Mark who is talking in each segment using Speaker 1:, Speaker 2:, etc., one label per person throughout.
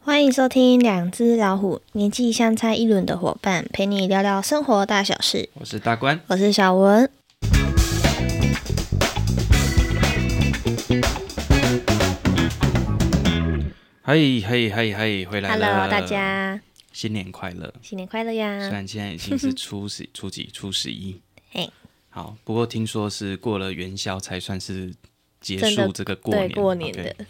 Speaker 1: 欢迎收听《两只老虎》，年纪相差一轮的伙伴，陪你聊聊生活大小事。
Speaker 2: 我是大官，
Speaker 1: 我是小文。
Speaker 2: 嘿嘿嘿嘿，回来了
Speaker 1: Hello，大，家
Speaker 2: 新年快乐！
Speaker 1: 新年快乐
Speaker 2: 虽
Speaker 1: 呀！
Speaker 2: 然现在已经是初十、 初几、初十一，
Speaker 1: 嘿，
Speaker 2: 好，不过听说是过了元宵才算是结
Speaker 1: 真的
Speaker 2: 束这个过
Speaker 1: 对
Speaker 2: 年，
Speaker 1: 过年
Speaker 2: OK
Speaker 1: 的，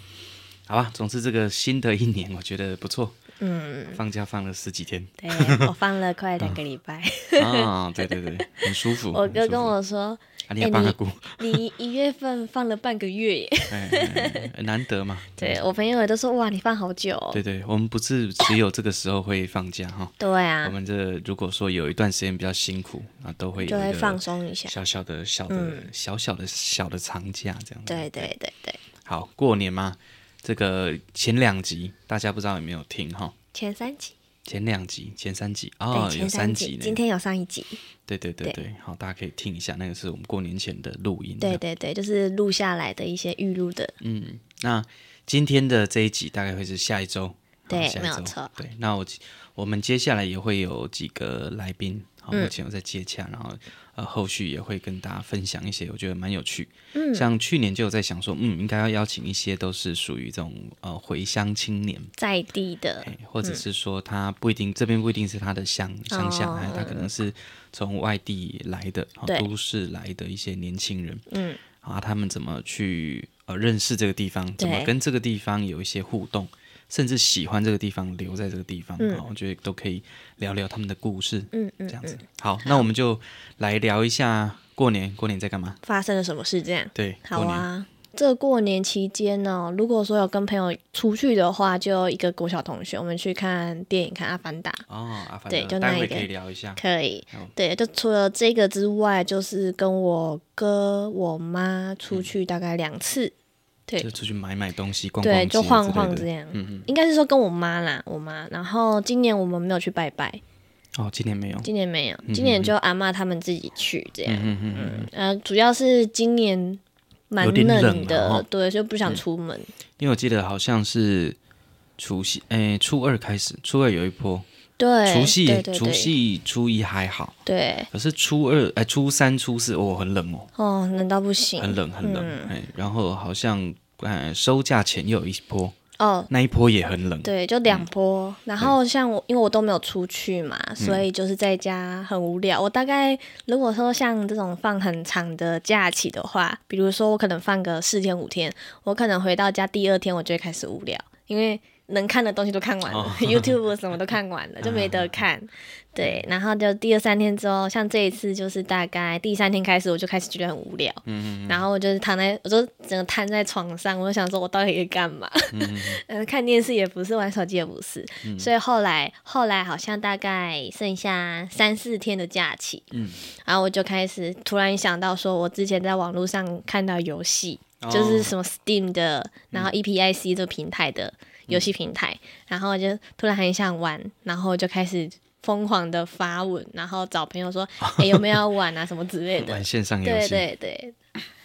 Speaker 2: 好吧。总之，这个新的一年我觉得不错，
Speaker 1: 嗯，
Speaker 2: 放假放了十几 天
Speaker 1: 对我放了快两个礼 拜。
Speaker 2: 啊，对对对，很舒服。
Speaker 1: 我
Speaker 2: 很
Speaker 1: 哥
Speaker 2: 舒
Speaker 1: 跟
Speaker 2: 服，
Speaker 1: 我说
Speaker 2: 啊、你要帮
Speaker 1: 你
Speaker 2: 他估，
Speaker 1: 你一月份放了半个月 耶，
Speaker 2: 哎哎哎难得嘛。
Speaker 1: 对我朋友也都说哇，你放好久、哦。
Speaker 2: 对对，我们不是只有这个时候会放假哈。
Speaker 1: 对
Speaker 2: 我
Speaker 1: 啊，
Speaker 2: 们这如果说有一段时间比较辛苦啊，都会有
Speaker 1: 就
Speaker 2: 一
Speaker 1: 会
Speaker 2: 个
Speaker 1: 放松一下。嗯
Speaker 2: 小小的、小的、小小的、小的长假这样。，
Speaker 1: 对对对对，
Speaker 2: 好，过年嘛，这个前两集大家不知道有没有听哈？
Speaker 1: 前三集，
Speaker 2: 前两集、前三集
Speaker 1: 对
Speaker 2: 哦，有
Speaker 1: 前
Speaker 2: 三
Speaker 1: 集，今
Speaker 2: 呢。
Speaker 1: 天有上一集。
Speaker 2: 对对对对，好，大家可以听一下，那个是我们过年前的录音。
Speaker 1: 对，对对，就是录下来的一些预录的，
Speaker 2: 嗯，那今天的这一集大概会是下一周。好
Speaker 1: 对
Speaker 2: 下一
Speaker 1: 没有
Speaker 2: 周
Speaker 1: 错
Speaker 2: 对，那我我们接下来也会有几个来宾，好，
Speaker 1: 嗯
Speaker 2: 目前我在接洽，然后呃，后续也会跟大家分享一些我觉得蛮有趣。嗯，像去年就有在想说，嗯，应该要邀请一些都是属于这种呃回乡青年。
Speaker 1: 在地的
Speaker 2: 哎，或者是说他不一定、这边不一定是他的乡乡下，
Speaker 1: 嗯哦
Speaker 2: 哎他可能是从外地来的，好
Speaker 1: 对
Speaker 2: 都市来的一些年轻人，
Speaker 1: 嗯，
Speaker 2: 啊，他们怎么去呃认识这个地方，怎么
Speaker 1: 对
Speaker 2: 跟这个地方有一些互动，甚至喜欢这个地方，留在这个地方，啊，我觉得都可以聊聊他们的故事，
Speaker 1: 嗯
Speaker 2: 这样子。好，那我们就来聊一下过年，过年在干嘛？
Speaker 1: 发生了什么事这样。
Speaker 2: 对，
Speaker 1: 好
Speaker 2: 过年，
Speaker 1: 啊，这个过年期间呢、如果说有跟朋友出去的话，就一个国小同学，我们去看电影，看《阿凡达》。
Speaker 2: 哦，阿凡
Speaker 1: 对
Speaker 2: 达
Speaker 1: 就那
Speaker 2: 待
Speaker 1: 一
Speaker 2: 会
Speaker 1: 个
Speaker 2: 可以聊一下，
Speaker 1: 可以
Speaker 2: 好，
Speaker 1: 对，就除了这个之外，就是跟我哥、我妈出去大概两次，对
Speaker 2: 就出去买买东西，逛嗯逛
Speaker 1: 对，
Speaker 2: 街
Speaker 1: 就晃
Speaker 2: 之
Speaker 1: 晃
Speaker 2: 类的
Speaker 1: 这样。
Speaker 2: 嗯嗯。
Speaker 1: 应该是说跟我妈啦，我妈。然后今年我们没有去拜拜，
Speaker 2: 哦，今年没有。
Speaker 1: 今年没有，
Speaker 2: 嗯
Speaker 1: 今年就阿妈他们自己去这样。
Speaker 2: 嗯嗯嗯，
Speaker 1: 呃，主要是今年蛮
Speaker 2: 有点
Speaker 1: 冷
Speaker 2: 冷
Speaker 1: 的，
Speaker 2: 啊哦
Speaker 1: 对，就不想出门。
Speaker 2: 因为我记得好像是除夕，诶，初二开始，初二有一波，
Speaker 1: 对，
Speaker 2: 除夕
Speaker 1: 对对对
Speaker 2: 除夕初一还好，
Speaker 1: 对，
Speaker 2: 可是初二，哎，初三、初四，哦，很冷哦，
Speaker 1: 哦，冷到不行，
Speaker 2: 很冷，很冷，
Speaker 1: 嗯
Speaker 2: 哎、然后好像，哎，收假前又有一波，
Speaker 1: 哦。
Speaker 2: 那一波也很冷，
Speaker 1: 对，就两波。然后像我，因为我都没有出去嘛，所以就是在家很无聊。我大概如果说像这种放很长的假期的话，比如说我可能放个四天五天，我可能回到家第二天我就会开始无聊，因为能看的东西都看完了、y o u t u b e 什么都看完了，就没 得看。对，然后就第二三天之后，像这一次就是大概第三天开始，我就开始觉得很无聊，嗯然后我就是躺在，我就整个瘫在床上，我就想说，我到底可以干嘛？嗯，看电视也不是，玩手机也不是，所以后来后来好像大概剩下三四天的假期，
Speaker 2: 嗯，
Speaker 1: 然后我就开始突然想到，说我之前在网络上看到游戏，
Speaker 2: 哦
Speaker 1: 就是什么 Steam 的，然后 E EPIC 这个平台的游戏平台，然后我就突然很想玩，然后就开始疯狂的发文，然后找朋友说，哎、有没有要玩啊，什么之类的
Speaker 2: 玩，线上游
Speaker 1: 对
Speaker 2: 戏，
Speaker 1: 对对，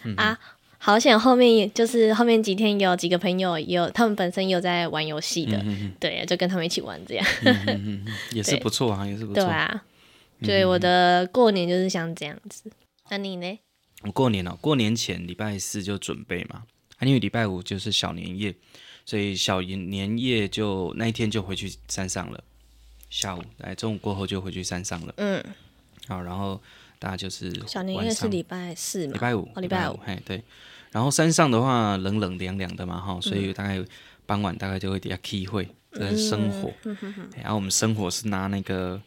Speaker 2: 嗯
Speaker 1: 啊，好险！后面也就是后面几天有几个朋友也有，他们本身也有在玩游戏的，
Speaker 2: 嗯
Speaker 1: 对，就跟他们一起玩这样，
Speaker 2: 也是
Speaker 1: 对
Speaker 2: 不错啊，也是不
Speaker 1: 对
Speaker 2: 错。嗯
Speaker 1: 啊。对，我的过年就是像这样子。那你呢？
Speaker 2: 我过年哦，过年前礼拜四就准备嘛，啊，因为礼拜五就是小年夜，所以小年年夜就那一天就回去山上了，下午来中午过后就回去山上了。
Speaker 1: 嗯，
Speaker 2: 好，然后大家就是
Speaker 1: 小年夜
Speaker 2: 晚
Speaker 1: 是
Speaker 2: 上
Speaker 1: 礼拜四嘛？
Speaker 2: 礼拜五，
Speaker 1: 哦，礼拜五。
Speaker 2: 嘿，对。然后山上的话，冷冷凉凉的嘛，哈，所
Speaker 1: 嗯
Speaker 2: 以大概傍晚大概就会底下 K 会，这是生火。
Speaker 1: 嗯
Speaker 2: 然后我们生火是拿那个，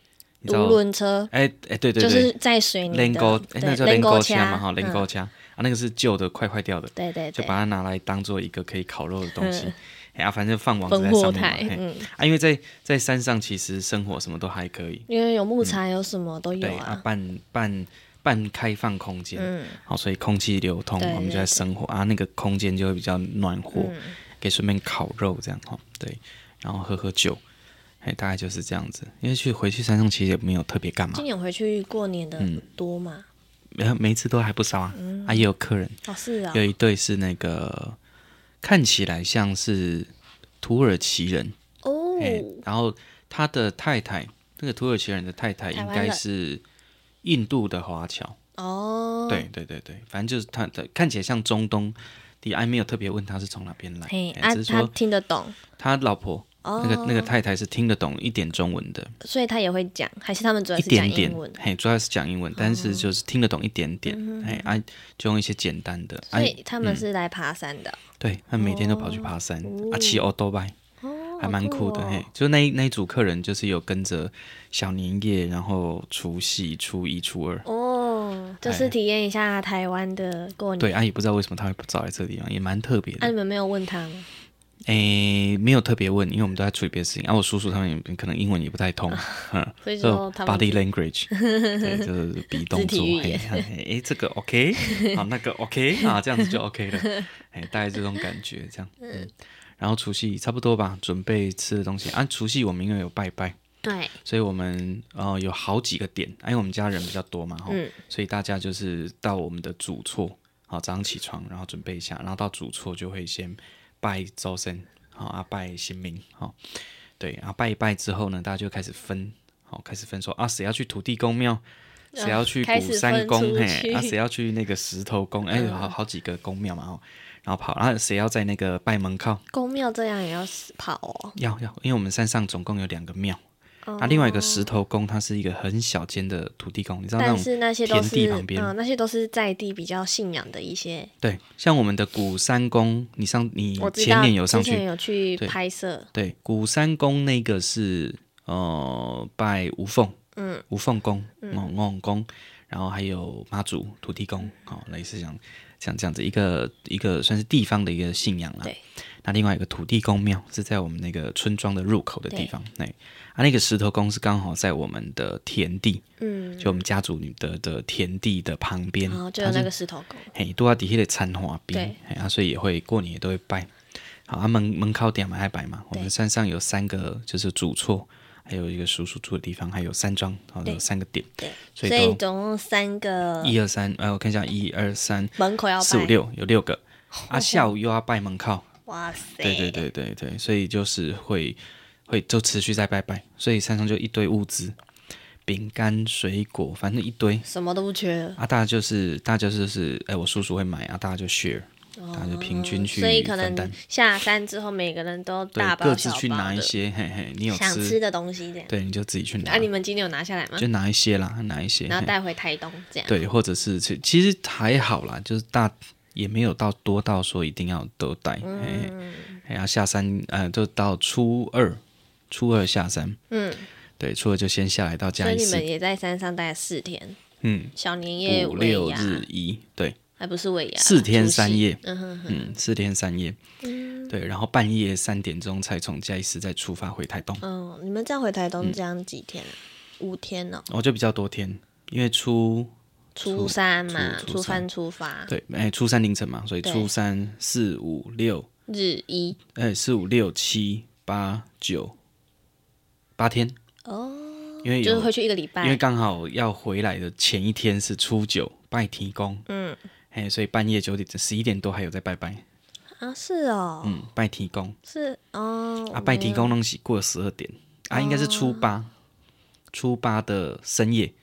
Speaker 2: 你知
Speaker 1: 独
Speaker 2: 道，
Speaker 1: 轮车
Speaker 2: 哎哎，对对
Speaker 1: 就是
Speaker 2: 对，
Speaker 1: 在水泥
Speaker 2: 连钩
Speaker 1: 的，，
Speaker 2: 哎，
Speaker 1: 对
Speaker 2: 那叫
Speaker 1: 连
Speaker 2: 连钩
Speaker 1: 枪
Speaker 2: 枪嘛，哈，连
Speaker 1: 嗯
Speaker 2: 钩枪啊，那个是旧的，快坏掉的，
Speaker 1: 对对
Speaker 2: 就
Speaker 1: 对
Speaker 2: 把，它拿来当做一个可以烤肉的东西
Speaker 1: 嗯。
Speaker 2: 哎啊，反正放网子
Speaker 1: 烽
Speaker 2: 在
Speaker 1: 火
Speaker 2: 上面
Speaker 1: 台，
Speaker 2: 嘛，嘿
Speaker 1: 嗯，
Speaker 2: 啊，因为在在山上其实生火什么都还可以，
Speaker 1: 因为有木材，有什么都有
Speaker 2: 对啊
Speaker 1: 啊，，
Speaker 2: 半半半开放空间，
Speaker 1: 嗯
Speaker 2: 好，所以空气流通，
Speaker 1: 对嗯
Speaker 2: 我们就在生活啊，那个空间就会比较暖和，可以顺便烤肉这样哈，对，然后喝喝酒，哎，大概就是这样子。因为去回去山上其实也没有特别干嘛
Speaker 1: 今，年回去过年的
Speaker 2: 嗯
Speaker 1: 多嘛？
Speaker 2: 每每一次都还不少啊，啊也有客人，
Speaker 1: 哦，是啊，
Speaker 2: 有一对是那个看起来像是土耳其人，
Speaker 1: 哦
Speaker 2: 哎、，哎，然后他的太太，那个土耳其人的太太
Speaker 1: 台
Speaker 2: 应
Speaker 1: 湾
Speaker 2: 该
Speaker 1: 人
Speaker 2: 是印度的华侨，
Speaker 1: 哦，
Speaker 2: 对，对对对，反正就是他他看起来像中东。的哎，没有特别问他是从哪边来，
Speaker 1: 嘿，
Speaker 2: 哎
Speaker 1: 啊
Speaker 2: 只，是
Speaker 1: 他
Speaker 2: 说
Speaker 1: 听得懂，
Speaker 2: 他老婆
Speaker 1: 哦
Speaker 2: 那个那个太太是听得懂一点中文的，
Speaker 1: 所以他也会讲，还是他们主要
Speaker 2: 一
Speaker 1: 是讲
Speaker 2: 点点
Speaker 1: 英文，，哦嗯
Speaker 2: 嘿，主要是讲英文，但是就是听得懂一点点，嘿，啊，就用一些简单的，啊
Speaker 1: 所，以他们是来爬山的，
Speaker 2: 对，他每天都跑去爬山，啊，骑欧多拜，
Speaker 1: 哦，
Speaker 2: 嗯还蛮酷的，
Speaker 1: 好
Speaker 2: 嘿
Speaker 1: 哦，
Speaker 2: 就那一那一组客人就是有跟着小年夜，然后除夕、初一、初二，
Speaker 1: 哦，就是
Speaker 2: 哎
Speaker 1: 体验一下台湾的过年。
Speaker 2: 对，啊，也不知道为什么他会找来这个地方，也蛮特别
Speaker 1: 啊，
Speaker 2: 的
Speaker 1: 你，们没有问他吗？
Speaker 2: 诶，没有特别问，因为我们都在处理别的事情，啊，我叔叔他们也可能英文也不太通， 嗯。
Speaker 1: 所以
Speaker 2: 这
Speaker 1: 说
Speaker 2: 种
Speaker 1: 他们
Speaker 2: body language，对，就是比动
Speaker 1: 肢
Speaker 2: 作，
Speaker 1: 体语
Speaker 2: 嘿，
Speaker 1: 言
Speaker 2: 哎、嘿这个 OK，好， 那个 OK，啊，这样子就 OK 了，哎、大概这种感觉，这样，嗯，然后除夕差不多吧，准备吃的东西，啊，除夕我们因为有拜拜，
Speaker 1: 对，
Speaker 2: 所以我们呃有好几个点，啊因为我们家人比较多嘛，哈、
Speaker 1: 嗯
Speaker 2: 所以大家就是到我们的主厝，好，早上起床，然后准备一下，然后到主厝就会先拜周身，好啊，拜神明，好，对，然后拜一拜之后呢，大家就开始分，好，开始分说啊，谁要去土地公庙，谁要去
Speaker 1: 开
Speaker 2: 鼓
Speaker 1: 始
Speaker 2: 山
Speaker 1: 分
Speaker 2: 宫，
Speaker 1: 出
Speaker 2: 嘿，啊，
Speaker 1: 去
Speaker 2: 谁要去那个石头宫，哎、有好好几个宫庙嘛，哦，然后跑，然后谁要在那个拜门靠，
Speaker 1: 公庙这样也要死跑哦。
Speaker 2: 要要，因为我们山上总共有两个庙。
Speaker 1: 哦
Speaker 2: 啊，另外一个石头宫，它是一个很小间的土地公，你知道那
Speaker 1: 但
Speaker 2: 种
Speaker 1: 是那些都
Speaker 2: 田地
Speaker 1: 是
Speaker 2: 旁边
Speaker 1: 嗯，那些都是在地比较信仰的一些。
Speaker 2: 对，像我们的鼓山宫，你上你
Speaker 1: 我知
Speaker 2: 嗯前
Speaker 1: 道
Speaker 2: 年有上
Speaker 1: 之前
Speaker 2: 去，
Speaker 1: 有去
Speaker 2: 对
Speaker 1: 拍摄，
Speaker 2: 对，鼓山宫那个是呃拜无缝，嗯，无缝宫，嗯，梦宫，然后还有妈祖土地公，哦，类似像像这样子一个一个算是地方的一个信仰啦。
Speaker 1: 对，
Speaker 2: 那另外一个土地公庙是在我们那个村庄的入口的地方，那啊那个石头宫是刚好在我们的田地，
Speaker 1: 嗯，哦
Speaker 2: 就我们家族女的的田地的旁边，
Speaker 1: 然后就有
Speaker 2: 它
Speaker 1: 那
Speaker 2: 是
Speaker 1: 个石头公，
Speaker 2: 嘿，拄啊底迄个餐花边
Speaker 1: 对，
Speaker 2: 嘿啊，所以也会过年也都会拜。好，啊门门口点嘛爱摆嘛，我们
Speaker 1: 对
Speaker 2: 山上有三个就是主厝，还有一个叔叔住的地方，还有山庄，好有三个点，
Speaker 1: 对，
Speaker 2: 所
Speaker 1: 所
Speaker 2: 以
Speaker 1: 以
Speaker 2: 都
Speaker 1: 总共三个
Speaker 2: 一二三，呃，我看一下，一二三
Speaker 1: 门口要
Speaker 2: 四五
Speaker 1: 拜。
Speaker 2: 六，有六个。 啊，下午又要拜门靠，
Speaker 1: 哇塞，
Speaker 2: 对对对对对，所以就是会会就持续在拜拜，所以山上就一堆物资，饼干、水果，反正一堆。
Speaker 1: 什么都不缺了。
Speaker 2: 啊，大家就是大家就是，哎、我叔叔会买啊，大家就 share，、大家就平均
Speaker 1: 哦
Speaker 2: 去
Speaker 1: 所以可
Speaker 2: 分
Speaker 1: 能
Speaker 2: 担，
Speaker 1: 下山之后，每个人都
Speaker 2: 对
Speaker 1: 大，包
Speaker 2: 各
Speaker 1: 小
Speaker 2: 自
Speaker 1: 包
Speaker 2: 去拿一
Speaker 1: 的
Speaker 2: 些，嘿嘿，你有
Speaker 1: 想
Speaker 2: 吃，
Speaker 1: 吃的东西这样。
Speaker 2: 对，你就自己去拿，
Speaker 1: 啊，你们今天有拿下来吗？
Speaker 2: 就拿一些啦，拿一些，
Speaker 1: 然后
Speaker 2: 嘿
Speaker 1: 带回台东这样。
Speaker 2: 对，或者是其其实还好啦，就是大也没有到多到说一定要都带，嘿
Speaker 1: 嗯
Speaker 2: 嘿，然后下山，呃，就到初二，初二下山，
Speaker 1: 嗯，
Speaker 2: 对，初二就先下来到
Speaker 1: 所
Speaker 2: 嘉
Speaker 1: 以
Speaker 2: 义
Speaker 1: 你们
Speaker 2: 市，
Speaker 1: 也在山上待了四天，
Speaker 2: 嗯，
Speaker 1: 小年夜、
Speaker 2: 五
Speaker 1: 尾
Speaker 2: 六
Speaker 1: 牙，
Speaker 2: 日一，对，
Speaker 1: 还不是尾牙，
Speaker 2: 四天
Speaker 1: 除夕
Speaker 2: 三夜
Speaker 1: 啊嗯哼哼，
Speaker 2: 嗯，四天三夜，对，然后半夜三点钟才从嘉义市再出发回台东，
Speaker 1: 嗯，你们这样回台东这样几天啊？
Speaker 2: 嗯
Speaker 1: 五天哦，
Speaker 2: 我、就比较多天，因为初
Speaker 1: 初三嘛，
Speaker 2: 初初
Speaker 1: 初三出发，
Speaker 2: 对，哎，初三凌晨嘛，所以
Speaker 1: 嗯对
Speaker 2: 初三四五六，
Speaker 1: 日一
Speaker 2: 哎，四五六七八九八天，
Speaker 1: 哦，
Speaker 2: 因为
Speaker 1: 就是
Speaker 2: 有
Speaker 1: 回去一个礼
Speaker 2: 因为
Speaker 1: 拜，
Speaker 2: 刚好要回来的前一天是初九拜提公，
Speaker 1: 嗯，
Speaker 2: 哎，所以半夜九点十一点多还有在拜拜，
Speaker 1: 啊，是哦，
Speaker 2: 嗯，拜提公
Speaker 1: 是哦，
Speaker 2: 啊，拜提
Speaker 1: 没有
Speaker 2: 公东西过十二点啊，应该是初八，初八的深夜。
Speaker 1: 哦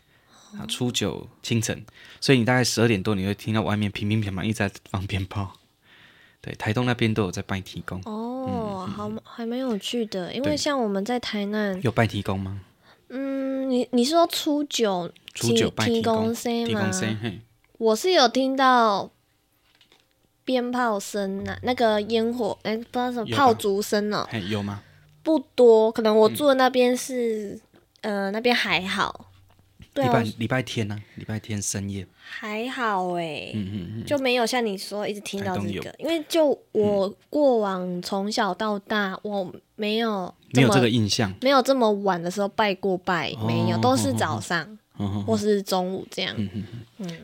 Speaker 2: 啊，初九清晨，所以你大概十二点多，你会听到外面乒乒乓乓一直在放鞭炮。对，台东那边都有在拜提公，
Speaker 1: 哦，好，还蛮有趣的，因为
Speaker 2: 嗯对
Speaker 1: 像我们在台南，
Speaker 2: 有拜提公吗？
Speaker 1: 嗯，你你是说初九
Speaker 2: 初九拜提公，
Speaker 1: 公生
Speaker 2: 提
Speaker 1: 吗
Speaker 2: 公？生，嘿，
Speaker 1: 我是有听到鞭炮声呐、那个烟火，哎、不知道什么
Speaker 2: 有吧
Speaker 1: 炮竹声呢、
Speaker 2: 嘿有吗？
Speaker 1: 不多。可能我住的那边是，呃，那边还好，对
Speaker 2: 礼拜
Speaker 1: 啊，
Speaker 2: 礼拜天呢、礼拜天深夜，
Speaker 1: 还好哎、
Speaker 2: 嗯嗯
Speaker 1: 就没有像你说一直听到
Speaker 2: 台东
Speaker 1: 这
Speaker 2: 有
Speaker 1: 个，因为就我过往从小到大，我没有
Speaker 2: 嗯，
Speaker 1: 这
Speaker 2: 没有
Speaker 1: 么
Speaker 2: 这个印象，
Speaker 1: 没有这么晚的时候拜过拜，没有，
Speaker 2: 哦
Speaker 1: 都是早上
Speaker 2: 嗯
Speaker 1: 或是中午这样。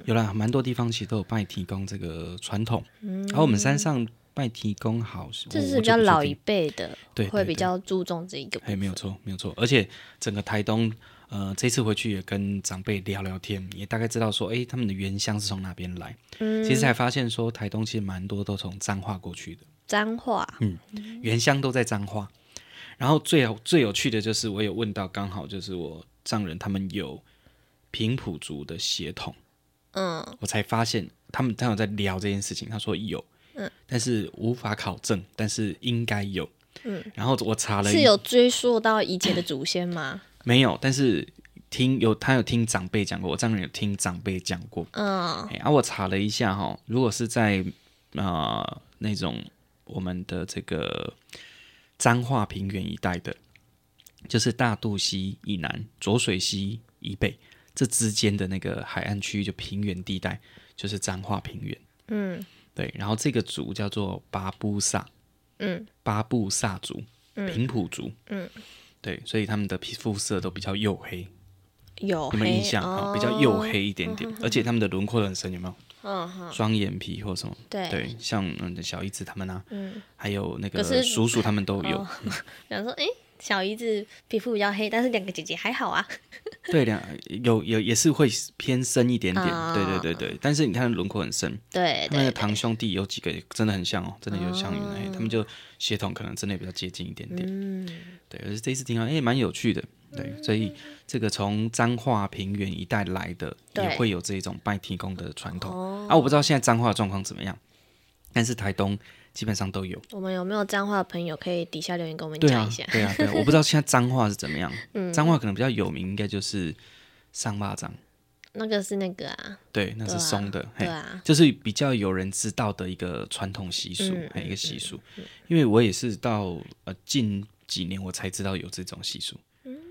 Speaker 2: 有啦，蛮多地方其实都有拜提公这个传统，然后我们山上拜提公好，
Speaker 1: 嗯这
Speaker 2: 我
Speaker 1: 是
Speaker 2: 我
Speaker 1: 比
Speaker 2: 就
Speaker 1: 较
Speaker 2: 不确
Speaker 1: 老
Speaker 2: 定
Speaker 1: 一辈的，
Speaker 2: 对
Speaker 1: 会
Speaker 2: 对
Speaker 1: 比
Speaker 2: 对
Speaker 1: 较注重这一个。
Speaker 2: 哎，没有错，没有错。而且整个台东，呃，这次回去也跟长辈聊聊天，也大概知道说，哎，他们的原乡是从哪边来。嗯，其实才发现说，台东其实蛮多都从彰化过去的，
Speaker 1: 脏话，
Speaker 2: 原乡都在彰化。然后最有最有趣的就是我有问到，刚好就是我丈人他们有平埔族的血统，
Speaker 1: 嗯，
Speaker 2: 我才发现他们他有在聊这件事情，他说有，
Speaker 1: 嗯，
Speaker 2: 但是无法考证，但是应该有，
Speaker 1: 嗯，
Speaker 2: 然后我查了一
Speaker 1: 是有追溯到以前的祖先吗？
Speaker 2: 没有，但是听有他有听长辈讲过，我丈人有听长辈讲过，
Speaker 1: 嗯，
Speaker 2: 哎，啊，我查了一下哈、如果是在呃那种我们的这个彰化平原一带的，就是大肚溪以南、浊水溪以北这之间的那个海岸区域，就平原地带，就是彰化平原。
Speaker 1: 嗯
Speaker 2: 对，然后这个族叫做巴布萨，
Speaker 1: 嗯
Speaker 2: 巴布萨族，平埔族，
Speaker 1: 嗯，
Speaker 2: 对，所以他们的皮肤色都比较黝黑，
Speaker 1: 有
Speaker 2: 有没
Speaker 1: 黑
Speaker 2: 有印象啊、
Speaker 1: 哦
Speaker 2: 比较黝黑一点点，而且他们的轮廓都很深，有没有？
Speaker 1: 嗯哼，
Speaker 2: 双眼皮或什么？
Speaker 1: 对
Speaker 2: 对，像嗯小姨子他们啊，
Speaker 1: 嗯，
Speaker 2: 还有那
Speaker 1: 可
Speaker 2: 个
Speaker 1: 是
Speaker 2: 叔叔他们都有。
Speaker 1: 哦想说，诶，小姨子皮肤比较黑，但是两个姐姐还好啊。
Speaker 2: 对，两有有也是会偏深一点点。
Speaker 1: 啊
Speaker 2: 对对对对，但是你看轮廓很深，
Speaker 1: 对
Speaker 2: 他们
Speaker 1: 对
Speaker 2: 的堂兄弟有几个也真的很像哦，真的有像云南黑，他们就血统可能真的比较接近一点点。
Speaker 1: 嗯
Speaker 2: 对，而且这一次听到哎蛮有趣的。对，所以这个从彰化平原一带来的也
Speaker 1: 对
Speaker 2: 会有这种拜天公的传统
Speaker 1: 哦，
Speaker 2: 啊，我不知道现在彰化的状况怎么样，但是台东基本上都有。
Speaker 1: 我们有没有脏话的朋友可以底下留言跟我们
Speaker 2: 对
Speaker 1: 讲
Speaker 2: 啊
Speaker 1: 一下，？嗯
Speaker 2: 对啊，对啊，我不知道现在彰化是 怎么样。彰化可能比较有名，应该就是上巴掌，
Speaker 1: 那个是那个啊，
Speaker 2: 对，那是松的，嘿
Speaker 1: 对啊，
Speaker 2: 就是比较有人知道的一个传统习俗，
Speaker 1: 嗯
Speaker 2: 还有一个习俗。因为我也是到呃近几年我才知道有这种习俗，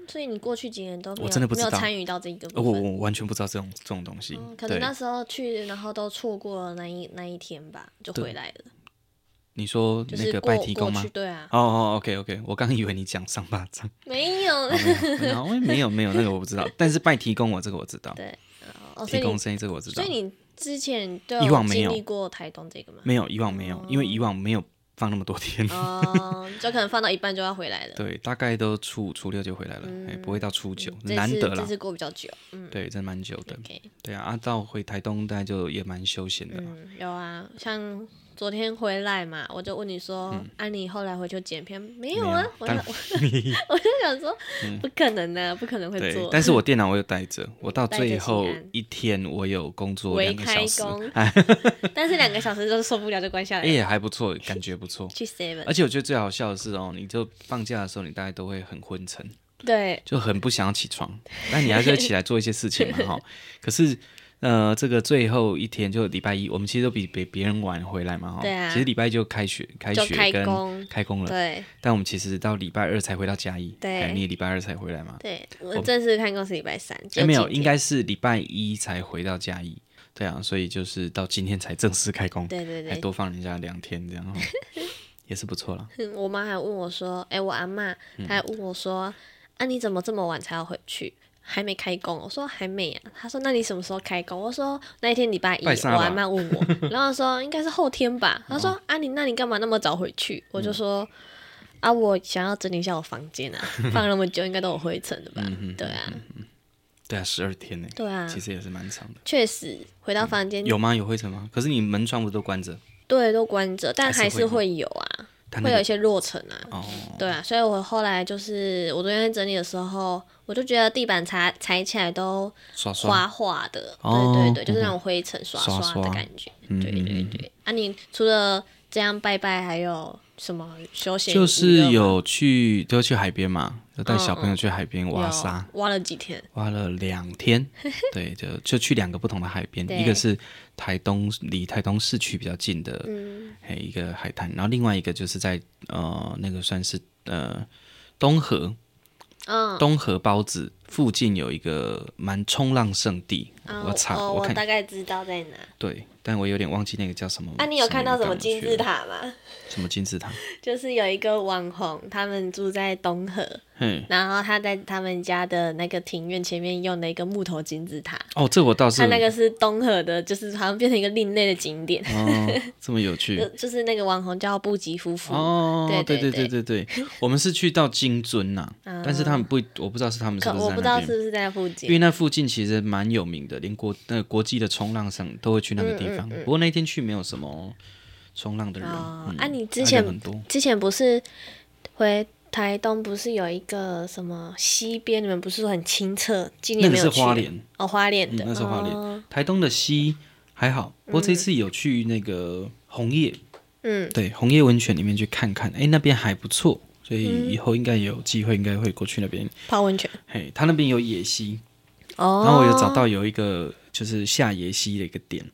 Speaker 1: 所以你过去几年都没有
Speaker 2: 我真的不知
Speaker 1: 没
Speaker 2: 道
Speaker 1: 有参与到这一个
Speaker 2: 呃
Speaker 1: 部
Speaker 2: 我
Speaker 1: 分。
Speaker 2: 我完全不知道这种这种东西
Speaker 1: 嗯，可能
Speaker 2: 对。
Speaker 1: 那时候去，然后都错过了那一那一天吧，就回来了。
Speaker 2: 你说
Speaker 1: 就
Speaker 2: 那
Speaker 1: 是
Speaker 2: 个
Speaker 1: 过
Speaker 2: 拜提公
Speaker 1: 过
Speaker 2: 吗
Speaker 1: 去，？对啊，
Speaker 2: 哦哦，OK OK，我刚以为你讲上巴掌，
Speaker 1: 没有。
Speaker 2: 然后没有没有那个我不知道，但是拜提公我这个我知道，
Speaker 1: 对，哦，所
Speaker 2: 提
Speaker 1: 以你
Speaker 2: 公生意这个我知道
Speaker 1: 所以。你之前都
Speaker 2: 以往没
Speaker 1: 经
Speaker 2: 有
Speaker 1: 历过台东这个吗？
Speaker 2: 没有，以往没有，因为以往没有放那么多天。
Speaker 1: 哦， 就可能放到一半就要回来了。
Speaker 2: 对，大概都初五、初六就回来了，哎、不会到初九，
Speaker 1: 嗯这
Speaker 2: 难
Speaker 1: 次
Speaker 2: 得
Speaker 1: 这
Speaker 2: 啦。
Speaker 1: 次过比较久，嗯
Speaker 2: 对，真的蛮久的。
Speaker 1: ，OK，
Speaker 2: 对啊，啊，到回台东大概就也蛮休闲的啦。
Speaker 1: 嗯，有啊，像昨天回来嘛，我就问你说，安妮后来回去剪片没有啊？我
Speaker 2: 嗯没有
Speaker 1: 就
Speaker 2: 当
Speaker 1: 我我就想说，不可能的，不可能会
Speaker 2: 对
Speaker 1: 做，，
Speaker 2: 但 是我电脑我有带着，我到
Speaker 1: 带着
Speaker 2: 最
Speaker 1: 心
Speaker 2: 后
Speaker 1: 安
Speaker 2: 一天我有工作
Speaker 1: 微
Speaker 2: 两个
Speaker 1: 开
Speaker 2: 小时，
Speaker 1: 工， 但是两个小时就是受不了就关下来
Speaker 2: 哎、
Speaker 1: 了，
Speaker 2: 也还不错，感觉 不错。
Speaker 1: 去 seven，
Speaker 2: 而且我觉得最好笑的是哦，你就放假的时候，你大概都会很昏沉，
Speaker 1: 对，
Speaker 2: 就很不想要起床，但你还是会起来做一些事情 嘛，哈。可是，呃，这个最后一天就礼拜一，我们其实都比比别人晚回来嘛，哈。
Speaker 1: 对啊
Speaker 2: 其实礼拜一就开学，开
Speaker 1: 就
Speaker 2: 学
Speaker 1: 开
Speaker 2: 跟
Speaker 1: 工
Speaker 2: 开工了，
Speaker 1: 对
Speaker 2: 但我们其实到礼拜二才回到嘉义。
Speaker 1: 对
Speaker 2: 哎你也礼拜二才回来嘛？
Speaker 1: 对，我正式看公是礼拜三，
Speaker 2: 哎、
Speaker 1: 就
Speaker 2: 没有，
Speaker 1: 今天
Speaker 2: 应该是礼拜一才回到嘉义。对啊，所以就是到今天才正式开工，
Speaker 1: 对对
Speaker 2: 还
Speaker 1: 对，
Speaker 2: 多放人家两天这 样，哈也是不错啦。
Speaker 1: 哼嗯我妈还问我说：“哎、我阿妈，
Speaker 2: 嗯
Speaker 1: 她还问我说，啊，你怎么这么晚才要回去？还没开工？”我说：“还没啊。”她说：“那你什么时候开工？”我说：“那一天礼拜一，
Speaker 2: 拜三
Speaker 1: 我
Speaker 2: 吧哦
Speaker 1: 阿妈问 我，然后说应该是后天吧。”她说：“啊，你那你干嘛那么早回去？”我
Speaker 2: 嗯
Speaker 1: 就说：“啊，我想要整理一下我房间啊，放那么久应该都有灰尘的吧？
Speaker 2: 嗯
Speaker 1: 对啊，
Speaker 2: 对啊，十二天呢、
Speaker 1: 对啊嗯
Speaker 2: 其，实也嗯是蛮长的。
Speaker 1: 确实回到房间，
Speaker 2: 有吗？有灰尘吗？可是你门窗不是都关着？
Speaker 1: 对，都关着，但
Speaker 2: 还
Speaker 1: 还
Speaker 2: 是会
Speaker 1: 是会有啊，
Speaker 2: 它那
Speaker 1: 会有
Speaker 2: 个
Speaker 1: 一些落尘啊。”
Speaker 2: 哦，
Speaker 1: 对啊，所以我后来就是我昨天整理的时候，我就觉得地板踩踩起来都
Speaker 2: 刷
Speaker 1: 滑
Speaker 2: 刷
Speaker 1: 滑的，
Speaker 2: 哦
Speaker 1: 对对对，就是那种灰尘刷
Speaker 2: 刷
Speaker 1: 刷的
Speaker 2: 刷
Speaker 1: 感觉。
Speaker 2: 嗯
Speaker 1: 对对
Speaker 2: 嗯
Speaker 1: 对，啊，你除了这样拜拜，还有什么休闲娱乐
Speaker 2: 就
Speaker 1: 吗？嗯
Speaker 2: 是有去都去海边嘛，就带小朋友去海边
Speaker 1: 有
Speaker 2: 挖沙，
Speaker 1: 挖了几天，
Speaker 2: 挖了两天，对，就就去两个不同的海边，
Speaker 1: 对
Speaker 2: 一个是台东离台东市区比较近的，
Speaker 1: 嗯
Speaker 2: 哎、一个海滩，然后另外一个就是在呃那个算是呃东河
Speaker 1: 嗯，
Speaker 2: 东河包子附近有一个蛮冲浪圣地，
Speaker 1: 啊
Speaker 2: 我查、
Speaker 1: 哦我
Speaker 2: 我看
Speaker 1: 大概知道在哪。
Speaker 2: 对，但我有点忘记那个叫什么。
Speaker 1: 啊，你有看到什么
Speaker 2: 名堂
Speaker 1: 金
Speaker 2: 我去
Speaker 1: 字
Speaker 2: 了？
Speaker 1: 塔吗？
Speaker 2: 什么金字塔？
Speaker 1: 就是有一个网红，他们住在东河，
Speaker 2: 嘿，
Speaker 1: 然后他在他们家的那个庭院前面用的一个木头金字塔。
Speaker 2: 哦，这我倒是
Speaker 1: 它啊那个是东河的，就是好像变成一个另类的景点，
Speaker 2: 哦，这么有
Speaker 1: 就
Speaker 2: 趣
Speaker 1: 就是那个网红叫布吉夫妇，
Speaker 2: 哦！
Speaker 1: 对对
Speaker 2: 对
Speaker 1: 嗯
Speaker 2: 对对对， 我们是去到金尊呐，但是他们不，我不知道是他们是
Speaker 1: 可
Speaker 2: 不
Speaker 1: 我
Speaker 2: 是
Speaker 1: 不知
Speaker 2: 在
Speaker 1: 道
Speaker 2: 那
Speaker 1: 是
Speaker 2: 边，
Speaker 1: 不是在附
Speaker 2: 因
Speaker 1: 近。
Speaker 2: 为那附近其实蛮有名的，连国那个国际的冲浪上都会去那个地方。不过那天去没有什么冲浪的人，
Speaker 1: 嗯哦
Speaker 2: 嗯
Speaker 1: 啊你之
Speaker 2: 啊人
Speaker 1: 前
Speaker 2: 很多，
Speaker 1: 之前不是回台东不是有一个什么西边？你们不是说很清澈？今
Speaker 2: 那
Speaker 1: 年
Speaker 2: 个
Speaker 1: 没
Speaker 2: 是
Speaker 1: 有去
Speaker 2: 花莲，
Speaker 1: 哦，花莲
Speaker 2: 嗯，
Speaker 1: 的，
Speaker 2: 那是花莲。
Speaker 1: 哦
Speaker 2: 台东的西还好，不过这次有去那个红叶，
Speaker 1: 嗯，
Speaker 2: 对，红叶温泉里面去看看，哎，那边还不错，所
Speaker 1: 嗯
Speaker 2: 以以后应该有机会，应该会过去那边。
Speaker 1: 泡温泉。
Speaker 2: 嘿，他那边有野溪，
Speaker 1: 哦，
Speaker 2: 然后我有找到有一个就是下野溪的一个点，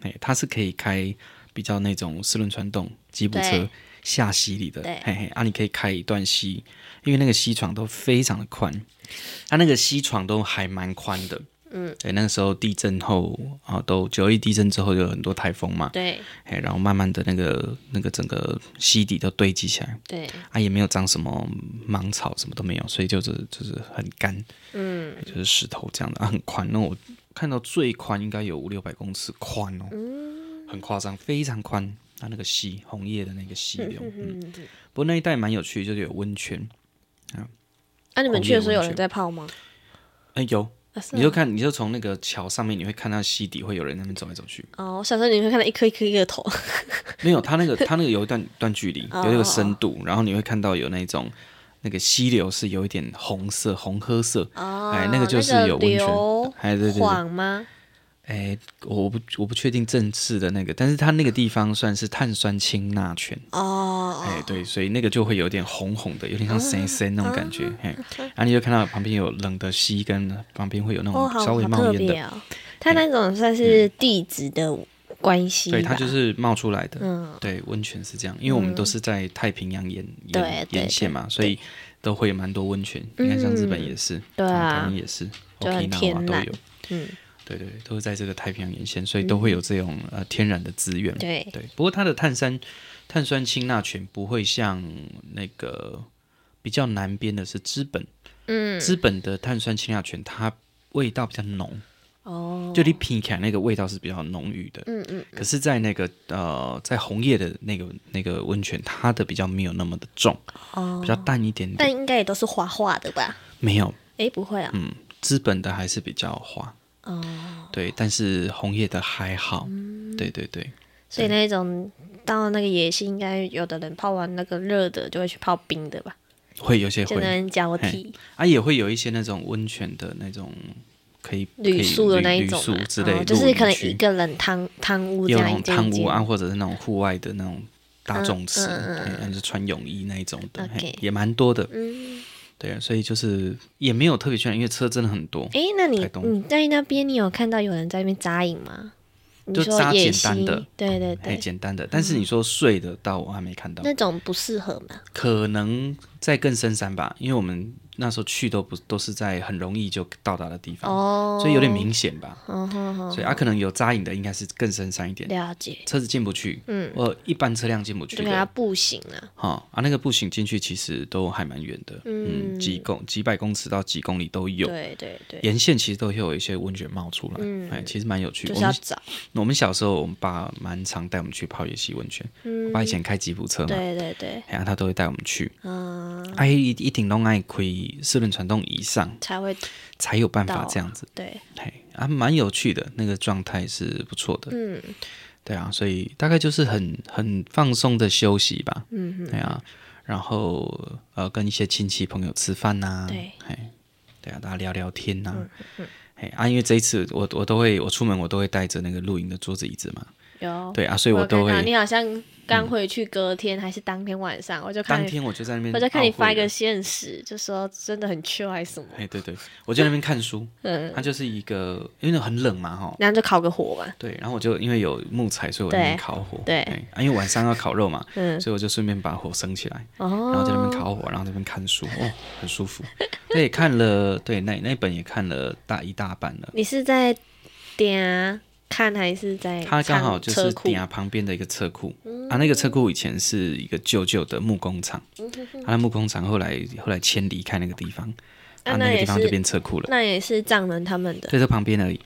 Speaker 2: 哎，它是可以开比较那种四轮传动吉普车
Speaker 1: 对
Speaker 2: 下溪里的
Speaker 1: 对，
Speaker 2: 嘿嘿，啊，你可以开一段溪，因为那个溪床都非常的宽，它那个溪床都还蛮宽的。嗯，对，那个时候地震后啊，都九一地震之后有很多台风嘛，
Speaker 1: 对
Speaker 2: 哎，然后慢慢的那个那个整个溪底都堆积起来，
Speaker 1: 对，
Speaker 2: 啊，也没有长什么芒草，什么都没有，所以就是就是很干，嗯，就是石头这样的啊，很宽。那我看到最宽应该有五六百公尺宽哦，很夸张，非常宽。它、那个溪，红叶的那个溪流，嗯，不过那一带蛮有趣，就是有温泉，
Speaker 1: 那、啊你们
Speaker 2: 红
Speaker 1: 去的
Speaker 2: 叶
Speaker 1: 时候有
Speaker 2: 温
Speaker 1: 人
Speaker 2: 泉
Speaker 1: 在泡吗？
Speaker 2: 哎、有，
Speaker 1: 啊，是
Speaker 2: 你就看，你就从那个桥上面，你会看到溪底会有人在那边走来走去。
Speaker 1: 哦，我小时候你会看到一颗一颗一颗的头，
Speaker 2: 没有，它那个它那个有一段段距离，有一个深度，然后你会看到有那种那个溪流是有一点红色、红褐色，
Speaker 1: 哦
Speaker 2: 哎，那个就是有温泉，哎，对对对，
Speaker 1: 晃吗？
Speaker 2: 哎，我不我不确定正式的那个，但是它那个地方算是碳酸氢钠泉，
Speaker 1: 哦，
Speaker 2: 哎，对，所以那个就会有点红红的，有点像森森那种感
Speaker 1: 哦
Speaker 2: 觉，嘿，然后你就看到旁边有冷的溪，跟旁边会有那
Speaker 1: 哦，
Speaker 2: 种
Speaker 1: 好
Speaker 2: 稍微
Speaker 1: 好
Speaker 2: 冒
Speaker 1: 特
Speaker 2: 烟
Speaker 1: 别
Speaker 2: 的，哎
Speaker 1: 哦。它那种算是地质的关系吧，
Speaker 2: 对，它就是冒出来的，
Speaker 1: 嗯，
Speaker 2: 对，温泉是这样，因为我们都是在太平洋沿
Speaker 1: 对
Speaker 2: 沿
Speaker 1: 对
Speaker 2: 沿线嘛，所以都会有蛮多温泉。你看，像日本也是，
Speaker 1: 对啊
Speaker 2: 然后台湾也是，
Speaker 1: 就很
Speaker 2: Okinawa
Speaker 1: 天
Speaker 2: 都
Speaker 1: 然
Speaker 2: 有，
Speaker 1: 嗯，
Speaker 2: 对对，对都是在这个太平洋沿线，所以都会有这种、呃天然的资源。
Speaker 1: 对
Speaker 2: 对，不过它的碳酸碳酸氢钠泉不会像那个比较南边的是资本，
Speaker 1: 嗯，
Speaker 2: 资本的碳酸氢钠泉它味道比较浓，
Speaker 1: 哦，
Speaker 2: 就你品起来那个味道是比较浓郁的。
Speaker 1: 嗯嗯，
Speaker 2: 可是，在那个呃，在红叶的那个那个温泉，它的比较没有那么的重，
Speaker 1: 哦
Speaker 2: 比，较淡一点
Speaker 1: 但
Speaker 2: 点。
Speaker 1: 应该也都是画画的吧？
Speaker 2: 没有，
Speaker 1: 诶，不会啊，
Speaker 2: 嗯，资本的还是比较滑，
Speaker 1: 哦，嗯
Speaker 2: 对，但是红叶的还好，对对对，
Speaker 1: 所以那种到那个野溪，应该有的人泡完那个热的，就会去泡冰的吧？
Speaker 2: 会有些
Speaker 1: 就那
Speaker 2: 会
Speaker 1: 边交替，
Speaker 2: 啊，也会有一些那种温泉的那种可以
Speaker 1: 旅宿的那一
Speaker 2: 旅
Speaker 1: 种
Speaker 2: 宿
Speaker 1: 嘛
Speaker 2: 之类
Speaker 1: 哦
Speaker 2: 的，
Speaker 1: 就是可能一
Speaker 2: 也
Speaker 1: 个人汤汤屋这
Speaker 2: 有那
Speaker 1: 样一
Speaker 2: 种
Speaker 1: 间
Speaker 2: 汤
Speaker 1: 一
Speaker 2: 屋
Speaker 1: 间嗯
Speaker 2: 啊，或者是那种户外的那种大众池，嘿然后就穿泳衣那一种的，嘿
Speaker 1: OK
Speaker 2: 也蛮多的。
Speaker 1: 嗯
Speaker 2: 对，所以就是也没有特别去，因为车真的很多。
Speaker 1: 哎，那你
Speaker 2: 台东
Speaker 1: 你在那边，你有看到有人在那边扎营吗？你
Speaker 2: 就
Speaker 1: 说
Speaker 2: 扎
Speaker 1: 野
Speaker 2: 简单
Speaker 1: 溪
Speaker 2: 的
Speaker 1: 对对
Speaker 2: 哎，
Speaker 1: 对，
Speaker 2: 简单的，但是你说睡的到我还没看到，
Speaker 1: 那种不适合嘛？
Speaker 2: 可能在更深山吧，因为我们那时候去都不都是在很容易就到达的地方，
Speaker 1: 哦，
Speaker 2: 所以有点明显吧。
Speaker 1: 嗯哼哼，
Speaker 2: 所以啊，可能有扎营的应该是更深山一点，
Speaker 1: 了解，
Speaker 2: 车子进不去，嗯，呃，一般车辆进不去
Speaker 1: 就
Speaker 2: 的，
Speaker 1: 给他步行啊。
Speaker 2: 哈啊，那个步行进去其实都还蛮远的，嗯，几公几百公尺到几公里都有。
Speaker 1: 对对对，
Speaker 2: 沿线其实都会有一些温泉冒出来，哎，其实蛮有趣。
Speaker 1: 就
Speaker 2: 我
Speaker 1: 是要
Speaker 2: 们
Speaker 1: 找，
Speaker 2: 我们小时候，我们爸蛮常带我们去泡野溪温泉。我爸以前开吉普车嘛，
Speaker 1: 嗯对对对，
Speaker 2: 然后他都会带我们去。
Speaker 1: 嗯，
Speaker 2: 哎，一一定拢爱开四轮传动以上，
Speaker 1: 才会
Speaker 2: 才有办
Speaker 1: 到
Speaker 2: 法
Speaker 1: 啊
Speaker 2: 这样子。
Speaker 1: 对，
Speaker 2: 嘿，啊，蛮有趣的，那个状态是不错的。
Speaker 1: 嗯，
Speaker 2: 对啊，所以大概就是很很放松的休息吧。嗯对啊，然后呃，跟一些亲戚朋友吃饭呐、
Speaker 1: 对，嗯
Speaker 2: 嘿，对啊，大家聊聊天呐、嘿啊，因为这一次我我都会，我出门我都会带着那个露营的桌子椅子嘛，
Speaker 1: 有。
Speaker 2: 对啊，所以
Speaker 1: 哦我
Speaker 2: 我
Speaker 1: 有看
Speaker 2: 都
Speaker 1: 到
Speaker 2: 会嗯
Speaker 1: 你好像刚回去，隔天还是当天晚上，我就看
Speaker 2: 当
Speaker 1: 你，
Speaker 2: 天我就在那边，
Speaker 1: 哎我就看你发一个，现实，就说真的很缺还是什么，
Speaker 2: 哎，对对，我就在那边看书，
Speaker 1: 嗯，
Speaker 2: 它就是一个因为很冷嘛哈，
Speaker 1: 然后就烤个火嘛，
Speaker 2: 对，然后我就因为有木材，所以我在那边
Speaker 1: 对
Speaker 2: 烤火。
Speaker 1: 对
Speaker 2: 哎啊，因为晚上要烤肉嘛，
Speaker 1: 嗯
Speaker 2: 所以我就顺便把火升起来，然后在那边
Speaker 1: 哦，
Speaker 2: 烤火，然后在那边看书，哦，很 舒服。对，看了，对，那那本也看了大一大半了。
Speaker 1: 你是在点看还是在
Speaker 2: 它刚好就
Speaker 1: 哎仓
Speaker 2: 是
Speaker 1: 车库嗯
Speaker 2: 顶？啊旁边的一个车库啊，那个车库以前是一个旧旧的木工厂，它的木工厂后来后来迁离开那个地方，
Speaker 1: 啊那
Speaker 2: 啊，那个
Speaker 1: 也
Speaker 2: 地方
Speaker 1: 是
Speaker 2: 就变车库了，
Speaker 1: 那也是藏人他们的
Speaker 2: 在这旁边而已。
Speaker 1: 哦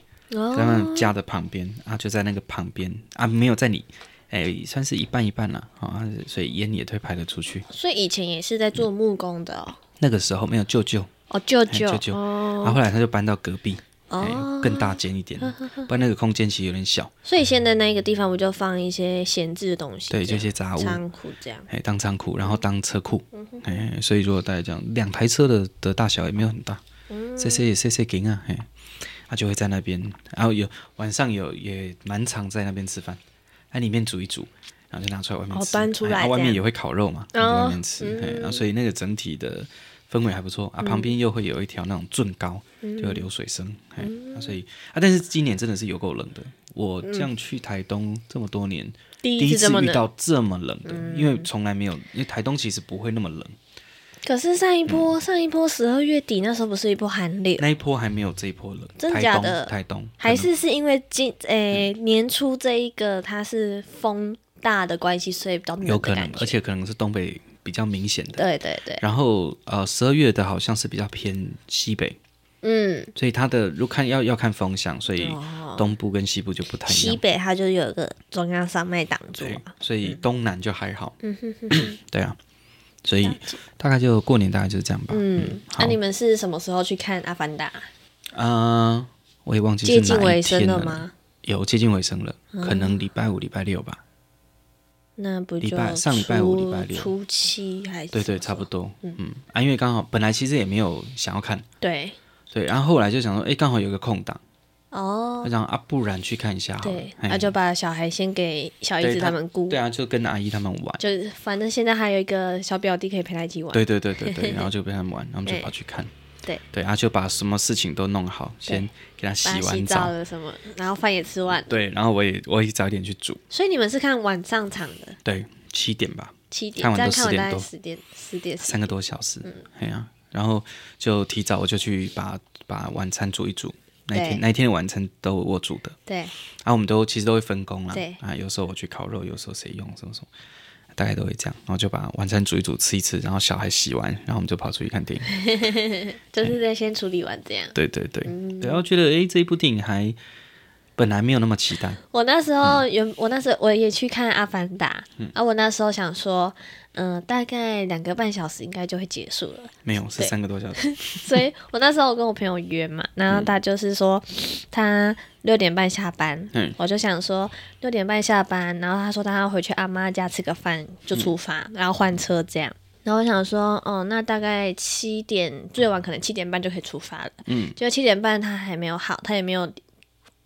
Speaker 2: 在他们家的旁边啊，就在那个旁边啊，没有在你，哎、算是一半一半了啊，所以烟也推排得出去。
Speaker 1: 所以以前也是在做木工的哦，
Speaker 2: 那个时候没有舅舅，
Speaker 1: 哦舅
Speaker 2: 哎
Speaker 1: 舅
Speaker 2: 舅舅
Speaker 1: 哦
Speaker 2: 啊，后来他就搬到隔壁，哎、
Speaker 1: 哦
Speaker 2: 更大 间一点，不然那个空间其实有点小。
Speaker 1: 所以现在那个地方我就放一些闲置的东西，
Speaker 2: 对，
Speaker 1: 这
Speaker 2: 就一
Speaker 1: 样
Speaker 2: 些杂物，
Speaker 1: 仓库这样。嗯
Speaker 2: 哎，当仓库，然后当车库，哎，所以如果大家讲两台车的的大小也没有很大，C
Speaker 1: 嗯
Speaker 2: C C C 零啊，哎，他就会在那边，然后有晚上有也蛮常在那边吃饭，在里面煮一煮，然后就拿出来外面
Speaker 1: 哦
Speaker 2: 吃，
Speaker 1: 搬出来
Speaker 2: 哎啊
Speaker 1: 这
Speaker 2: 外面
Speaker 1: 样哦嗯
Speaker 2: 也会烤肉嘛，就在外面吃，哎，然后所以那个整体的氛围还不错啊，旁边又会有一条那种圳高，
Speaker 1: 嗯
Speaker 2: 就有流水声，哎，啊所以啊，但是今年真的是有够冷的，我这样去台东这么多年。
Speaker 1: 第
Speaker 2: 第
Speaker 1: 一
Speaker 2: 一
Speaker 1: 次
Speaker 2: 次
Speaker 1: 这么
Speaker 2: 遇
Speaker 1: 冷，嗯
Speaker 2: 到这么冷的，因为从来没有，因为台东其实不会那么冷，
Speaker 1: 可是上一波上一波十二月底那时候不是一波寒流，
Speaker 2: 嗯那一波还没有这一波冷。
Speaker 1: 真的假
Speaker 2: 台
Speaker 1: 的
Speaker 2: 东，台东
Speaker 1: 还
Speaker 2: 真的
Speaker 1: 是是因为今诶、
Speaker 2: 嗯
Speaker 1: 年初这一个它是风大的关系，所以比较冷
Speaker 2: 有
Speaker 1: 的
Speaker 2: 可能
Speaker 1: 感，觉
Speaker 2: 而且可能是东北比较明显的。
Speaker 1: 对对对，
Speaker 2: 然后呃，十二月的好像是比较偏西北，
Speaker 1: 嗯，
Speaker 2: 所以它的如果看要要看风向，所以
Speaker 1: 哦
Speaker 2: 东部跟西部就不太一
Speaker 1: 西啊
Speaker 2: 样。
Speaker 1: 北它就有一个中央山脉挡住
Speaker 2: 对
Speaker 1: 嘛，，嗯
Speaker 2: 所以东南就还好。 对啊，所以大概就过年大概就是这样吧。
Speaker 1: 嗯，那、
Speaker 2: 好，
Speaker 1: 你们是什么时候去看《阿凡达》？
Speaker 2: 呃，我也忘记
Speaker 1: 接
Speaker 2: 是
Speaker 1: 近
Speaker 2: 哪一
Speaker 1: 尾声
Speaker 2: 天
Speaker 1: 了
Speaker 2: 了。
Speaker 1: 吗？
Speaker 2: 有接近尾声了，
Speaker 1: 嗯
Speaker 2: 可能礼拜五、礼拜六吧。
Speaker 1: 那不就
Speaker 2: 礼拜上礼拜五礼拜六
Speaker 1: 初七还是
Speaker 2: 对对，
Speaker 1: 什么时
Speaker 2: 差
Speaker 1: 候
Speaker 2: 不多。嗯，啊，因为刚好本来其实也没有想要看，
Speaker 1: 对
Speaker 2: 对，然后后来就想说，哎，刚好有个空档，
Speaker 1: 哦
Speaker 2: 就，想啊，不然去看一下好了。
Speaker 1: 对，啊
Speaker 2: 嘿
Speaker 1: 那就把小孩先给小姨
Speaker 2: 对
Speaker 1: 子
Speaker 2: 他
Speaker 1: 他们顾
Speaker 2: 对，啊，就跟阿姨他们 玩。
Speaker 1: 就是反正现在还有一个小表弟可以陪他一起玩，
Speaker 2: 对对对对对，然后就跟他们玩，然后我们就
Speaker 1: 哎
Speaker 2: 跑去看。
Speaker 1: 对
Speaker 2: 对，啊，就把什么事情都弄好，先给他洗
Speaker 1: 把洗
Speaker 2: 完
Speaker 1: 澡
Speaker 2: 澡。
Speaker 1: 了什么，然后饭也吃完了，
Speaker 2: 对，然后我也我也早一点去煮，
Speaker 1: 所以你们是看晚上场的
Speaker 2: 对，七点吧，
Speaker 1: 七点，
Speaker 2: 看完
Speaker 1: 这样
Speaker 2: 都
Speaker 1: 看完
Speaker 2: 10
Speaker 1: 大
Speaker 2: 点
Speaker 1: 概
Speaker 2: 多
Speaker 1: 十点十点
Speaker 2: 三个多小时，
Speaker 1: 嗯
Speaker 2: 哎呀、然后就提早我就去把把晚餐煮一煮，那一
Speaker 1: 对
Speaker 2: 天那一天的晚餐都我煮的，
Speaker 1: 对，
Speaker 2: 啊，我们都其实都会分工啦
Speaker 1: 对，
Speaker 2: 啊，有时候我去烤肉，有时候谁用什么什么，大概都会这样，然后就把晚餐煮一煮吃一吃，然后小孩洗完，然后我们就跑出去看 电影，
Speaker 1: 就是在先处理完这样。
Speaker 2: 对对对，
Speaker 1: 嗯
Speaker 2: 对，然后觉得诶这一部电影还本来没有那么期待，
Speaker 1: 我那时
Speaker 2: 嗯
Speaker 1: 候原、我那时候我也去看《阿凡达》啊，我那时候想说，嗯、大概两个半小时应该就会结束了，
Speaker 2: 没有是
Speaker 1: 对
Speaker 2: 三个多小时，
Speaker 1: 所 以我那时候我跟我朋友约嘛，然后
Speaker 2: 嗯
Speaker 1: 他就是说他六点半下班，
Speaker 2: 嗯
Speaker 1: 我就想说六点半下班，然后他说他要回去阿妈家吃个饭
Speaker 2: 嗯
Speaker 1: 就出发，然后换车这样。然后我想说，哦，那大概七点最晚可能七点半就可以出发了。
Speaker 2: 嗯，
Speaker 1: 结果七点半他还没有好，他也没有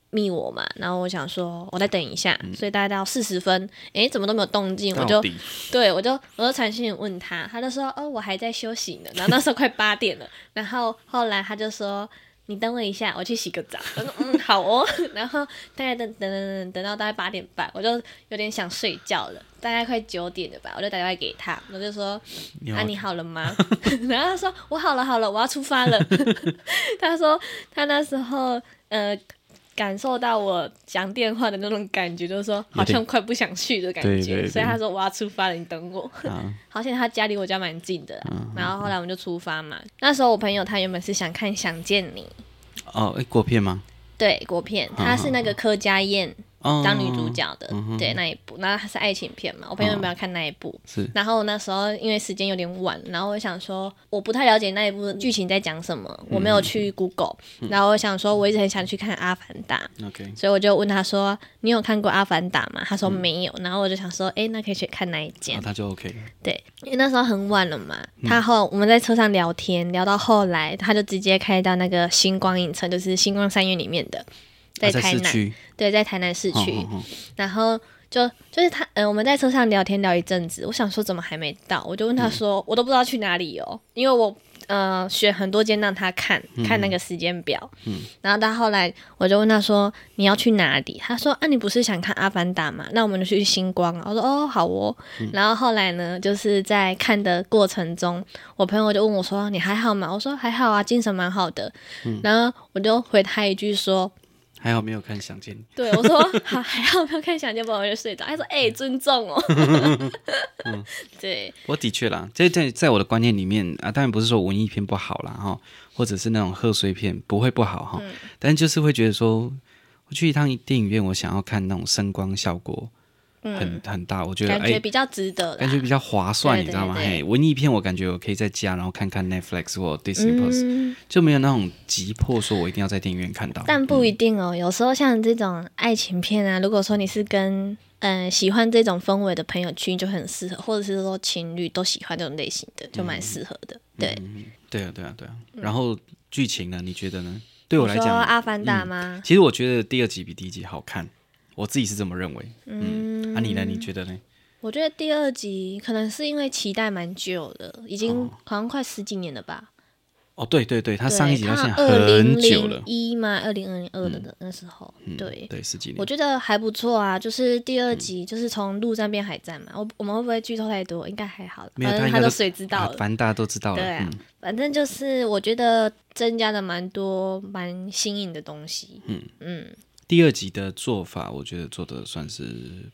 Speaker 1: 密我嘛。然后我想说，我再等一下，
Speaker 2: 嗯
Speaker 1: 所以大概到四十分，诶，怎么都没有动静，我就
Speaker 2: 到底
Speaker 1: 对，我就我就传讯问他，他就说哦，我还在休息呢。然后那时候快八点了，然后后来他就说你等我一下，我去洗个澡。我说嗯，好哦。 然后大概等等等等等到大概八点半，我就有点想睡觉了，大概快九点了吧，我就打电话给他，我就说
Speaker 2: 你要
Speaker 1: 啊，你好了吗？ 然后他说我好了好了，我要出发 了。 他说他那时候呃。感受到我讲电话的那种感觉，就是说好
Speaker 2: 有点
Speaker 1: 像快不想去的感觉，
Speaker 2: 对对对
Speaker 1: 所以他说我要出发了，你等我。
Speaker 2: 啊，嗯
Speaker 1: 好险他家离我家蛮近的啦、然后后来我们就出发嘛。那时候我朋友他原本是想看《想见你》，
Speaker 2: 哦，诶国片吗？
Speaker 1: 对国片，他是那个柯佳燕
Speaker 2: 哦，
Speaker 1: 当女主角的，
Speaker 2: 啊嗯哼
Speaker 1: 对那一部，然后它是爱情片嘛。我朋友
Speaker 2: 嗯
Speaker 1: 有没有看那一部？
Speaker 2: 是
Speaker 1: 然后那时候因为时间有点晚，然后我想说我不太了解那一部剧情在讲什么，我没有
Speaker 2: 嗯
Speaker 1: 去 Google，、然后我想说我一直很想去看《阿凡达》，
Speaker 2: ，OK，
Speaker 1: 所以我就问他说：“你有看过《阿凡达》吗？”
Speaker 2: 嗯
Speaker 1: 他说没有，然后我就想说：“诶，那可以去看那一间
Speaker 2: 然后。他哦就 OK 了，
Speaker 1: 对，因为那时候很晚了嘛，他后我们在车上聊天，聊到后来，他就直接开到那个星光影城，就是星光三院里面的，
Speaker 2: 啊在
Speaker 1: 台
Speaker 2: 市
Speaker 1: 南，
Speaker 2: 区，
Speaker 1: 对，在台南市
Speaker 2: 哦
Speaker 1: 区。
Speaker 2: 哦哦
Speaker 1: 然后就就是他，呃，我们在车上聊天聊一阵子，我想说怎么还没到，我就问他说，我都不知道去哪里哦，因为我呃选很多间让他看看那个时间表，嗯，然后到后来我就问他说你要去哪里，他说啊你不是想看《阿凡达》吗？那我们就去星光啊，我说哦好哦，然后后来呢就是在看的过程中，我朋友就问我说你还好吗？我说还好啊，精神蛮好的，然后我就回他一句说
Speaker 2: 还好没有看《想见你》。
Speaker 1: 对，我说好，还好没有看想见宝，我就睡着。他说：“哎、
Speaker 2: 嗯
Speaker 1: 尊重哦。 对，
Speaker 2: 我的确啦，这在在我的观念里面啊，当然不是说文艺片不好啦哈，或者是那种贺岁片不会不好哈，
Speaker 1: 嗯
Speaker 2: 但就是会觉得说，我去一趟电影院，我想要看那种声光效果很很大，我觉
Speaker 1: 嗯
Speaker 2: 得
Speaker 1: 感
Speaker 2: 哎
Speaker 1: 觉。比较值得啦，
Speaker 2: 感觉比较划算，
Speaker 1: 对
Speaker 2: 你知道吗？
Speaker 1: 对对
Speaker 2: 嘿，文艺片我感觉我可以在家，然后看看 Netflix 或 Disney Plus，、
Speaker 1: 嗯，
Speaker 2: 就没有那种急迫说我一定要在电影院看到。
Speaker 1: 但不一定哦。有时候像这种爱情片啊，如果说你是跟嗯、呃喜欢这种氛围的朋友去，就很适合，或者是说情侣都喜欢这种类型的，就
Speaker 2: 嗯
Speaker 1: 蛮适合的。对，
Speaker 2: 对啊，对啊，对啊。然后剧情呢？你觉得呢？对我来
Speaker 1: 你嗯说《
Speaker 2: 讲，嗯
Speaker 1: 阿凡达》吗？
Speaker 2: 其实我觉得第二集比第一集好看，我自己是这么认为。嗯，啊，你呢？你觉得呢？
Speaker 1: 我觉得第二集可能是因为期待蛮久的，已经好像快十几年了吧。
Speaker 2: 哦，对对对，他
Speaker 1: 对
Speaker 2: 上一集到现在
Speaker 1: 它2001
Speaker 2: 很久了，嗯
Speaker 1: 一嘛，二零二零二的那那时候，对。
Speaker 2: 对，嗯十几
Speaker 1: 我
Speaker 2: 年。
Speaker 1: 觉得还不错啊，就是第二集就是从陆战变海战嘛，我我们会不会剧透太多？应该还好啦，
Speaker 2: 没有，
Speaker 1: 反
Speaker 2: 他
Speaker 1: 正
Speaker 2: 应
Speaker 1: 他
Speaker 2: 该
Speaker 1: 都
Speaker 2: 都
Speaker 1: 谁知道
Speaker 2: 啊
Speaker 1: 了，
Speaker 2: 反正大家都知道了。
Speaker 1: 对啊
Speaker 2: 嗯，
Speaker 1: 反正就是我觉得增加了蛮多蛮新颖的东西，
Speaker 2: 嗯第二集的做法，我觉得做的算是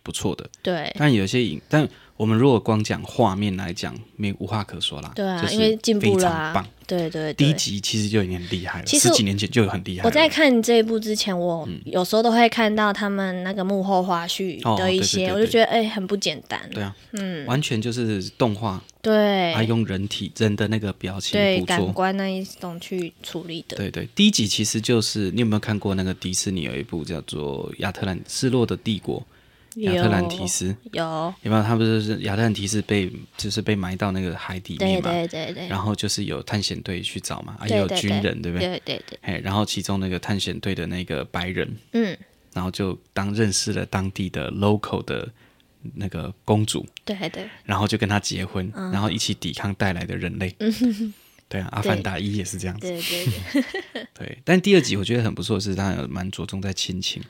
Speaker 2: 不错的。
Speaker 1: 对
Speaker 2: 但有些影，但我们如果光讲画面来讲，没无话可说啦。
Speaker 1: 对啊
Speaker 2: 就，是
Speaker 1: 因为进步
Speaker 2: 非
Speaker 1: 了
Speaker 2: 常
Speaker 1: 啊
Speaker 2: 棒。，
Speaker 1: 对对
Speaker 2: 第一
Speaker 1: 对。
Speaker 2: 集其实就已经很厉害了，
Speaker 1: 其实
Speaker 2: 十几年前就很厉害了。
Speaker 1: 我在看这一部之前，我有时候都会看到他们那个幕后花絮
Speaker 2: 嗯哦
Speaker 1: 的一
Speaker 2: 对对
Speaker 1: 些，我
Speaker 2: 对
Speaker 1: 就
Speaker 2: 对
Speaker 1: 觉得哎、很不简单，
Speaker 2: 对啊，嗯，完全就是动画，
Speaker 1: 对
Speaker 2: 它用人体人的那个表情
Speaker 1: 对
Speaker 2: 捕
Speaker 1: 感
Speaker 2: 捉。
Speaker 1: 官那一种去处理的，
Speaker 2: 对对，第一集其实就是你有没有看过那个迪士尼有一部叫做《亚特兰失落的帝国》，亚特兰提斯
Speaker 1: 有，
Speaker 2: 有没有？他不是亚特兰提斯被就是被埋到那个海底
Speaker 1: 对
Speaker 2: 面嘛？
Speaker 1: 对对对，
Speaker 2: 然后就是有探险队去找嘛，啊，也
Speaker 1: 对
Speaker 2: 有
Speaker 1: 对
Speaker 2: 军人，对不对？
Speaker 1: 对对对，
Speaker 2: 嘿，然后其中那个探险队的那个白人，
Speaker 1: 嗯，
Speaker 2: 然后就当认识了当地的 local 的那个公主，
Speaker 1: 对对，
Speaker 2: 然后就跟他结婚，
Speaker 1: 嗯
Speaker 2: 然后一起抵抗带来的 人类。对啊，《阿
Speaker 1: 对
Speaker 2: 凡达一》也是这样子。
Speaker 1: 对对对，
Speaker 2: 对，但第二集我觉得很不错，是它有蛮着重在亲情，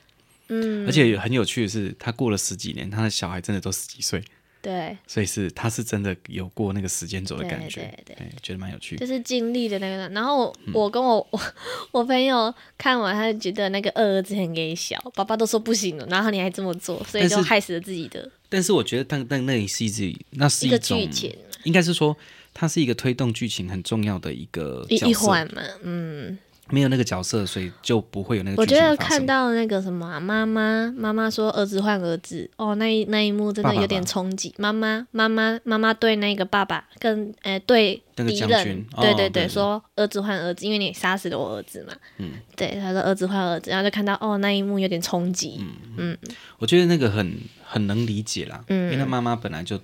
Speaker 1: 嗯，
Speaker 2: 而且很有趣的是，他过了十几年，他的小孩真的都十几岁，
Speaker 1: 对，
Speaker 2: 所以是他是真的有过那个时间轴的感觉，
Speaker 1: 对对
Speaker 2: 哎觉得蛮有趣
Speaker 1: 就。是经历的那个。然后我跟我、我我朋友看完，他就觉得那个二儿子很给小，爸爸都说不行了，然后你还这么做，所以
Speaker 2: 但是
Speaker 1: 就害死了自己的
Speaker 2: 但是我觉得，但但那也是一直，那是
Speaker 1: 一个
Speaker 2: 种
Speaker 1: 剧，情啊
Speaker 2: 应该是说，它是一个推动剧情很重要的一个
Speaker 1: 一
Speaker 2: 角
Speaker 1: 一
Speaker 2: 色
Speaker 1: 环嘛。嗯，
Speaker 2: 没有那个角色，所以就不会有那个
Speaker 1: 我
Speaker 2: 剧
Speaker 1: 觉
Speaker 2: 情
Speaker 1: 得
Speaker 2: 发生。
Speaker 1: 看到那个什么啊妈妈妈妈说儿子换儿子，哦，那一那一幕真的
Speaker 2: 爸爸
Speaker 1: 有点
Speaker 2: 吧
Speaker 1: 冲击。妈妈妈妈妈妈对那个爸爸跟呃对
Speaker 2: 那个
Speaker 1: 敌
Speaker 2: 将
Speaker 1: 人
Speaker 2: 军，哦
Speaker 1: 对对
Speaker 2: 对
Speaker 1: 对，
Speaker 2: 对
Speaker 1: 说儿子换儿子，因为你杀死了我儿子嘛。嗯，对，他说儿子换儿子，然后就看到哦那一幕有点冲击。
Speaker 2: 嗯我觉得那个很很能理解啦，
Speaker 1: 嗯
Speaker 2: 因为他妈妈本来就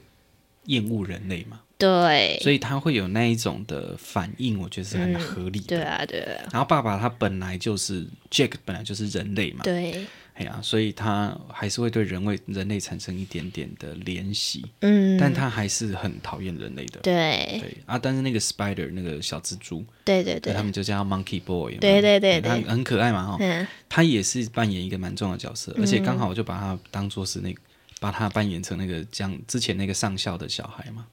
Speaker 2: 厌恶人类嘛，
Speaker 1: 对，
Speaker 2: 所以他会有那一种的反应，我觉得是很合理
Speaker 1: 对
Speaker 2: 的。
Speaker 1: 啊，对啊，
Speaker 2: 然后爸爸他本来就是 Jack，本来就是人类嘛，
Speaker 1: 对，
Speaker 2: 哎呀、所以他还是会对人类人类产生一点点的怜惜，
Speaker 1: 嗯，
Speaker 2: 但他还是很讨厌人类的。
Speaker 1: 对，
Speaker 2: 对啊，但是那个 Spider 那个小蜘蛛，
Speaker 1: 对对对
Speaker 2: 他，们就叫他 Monkey Boy，有没
Speaker 1: 对
Speaker 2: 有
Speaker 1: 对对
Speaker 2: 哎他
Speaker 1: 对
Speaker 2: 很很可爱嘛哈、
Speaker 1: 嗯，
Speaker 2: 他也是扮演一个蛮重要的角色，而且刚好我就把他当做是那个，把他扮演成那个将之前那个上校的小孩嘛。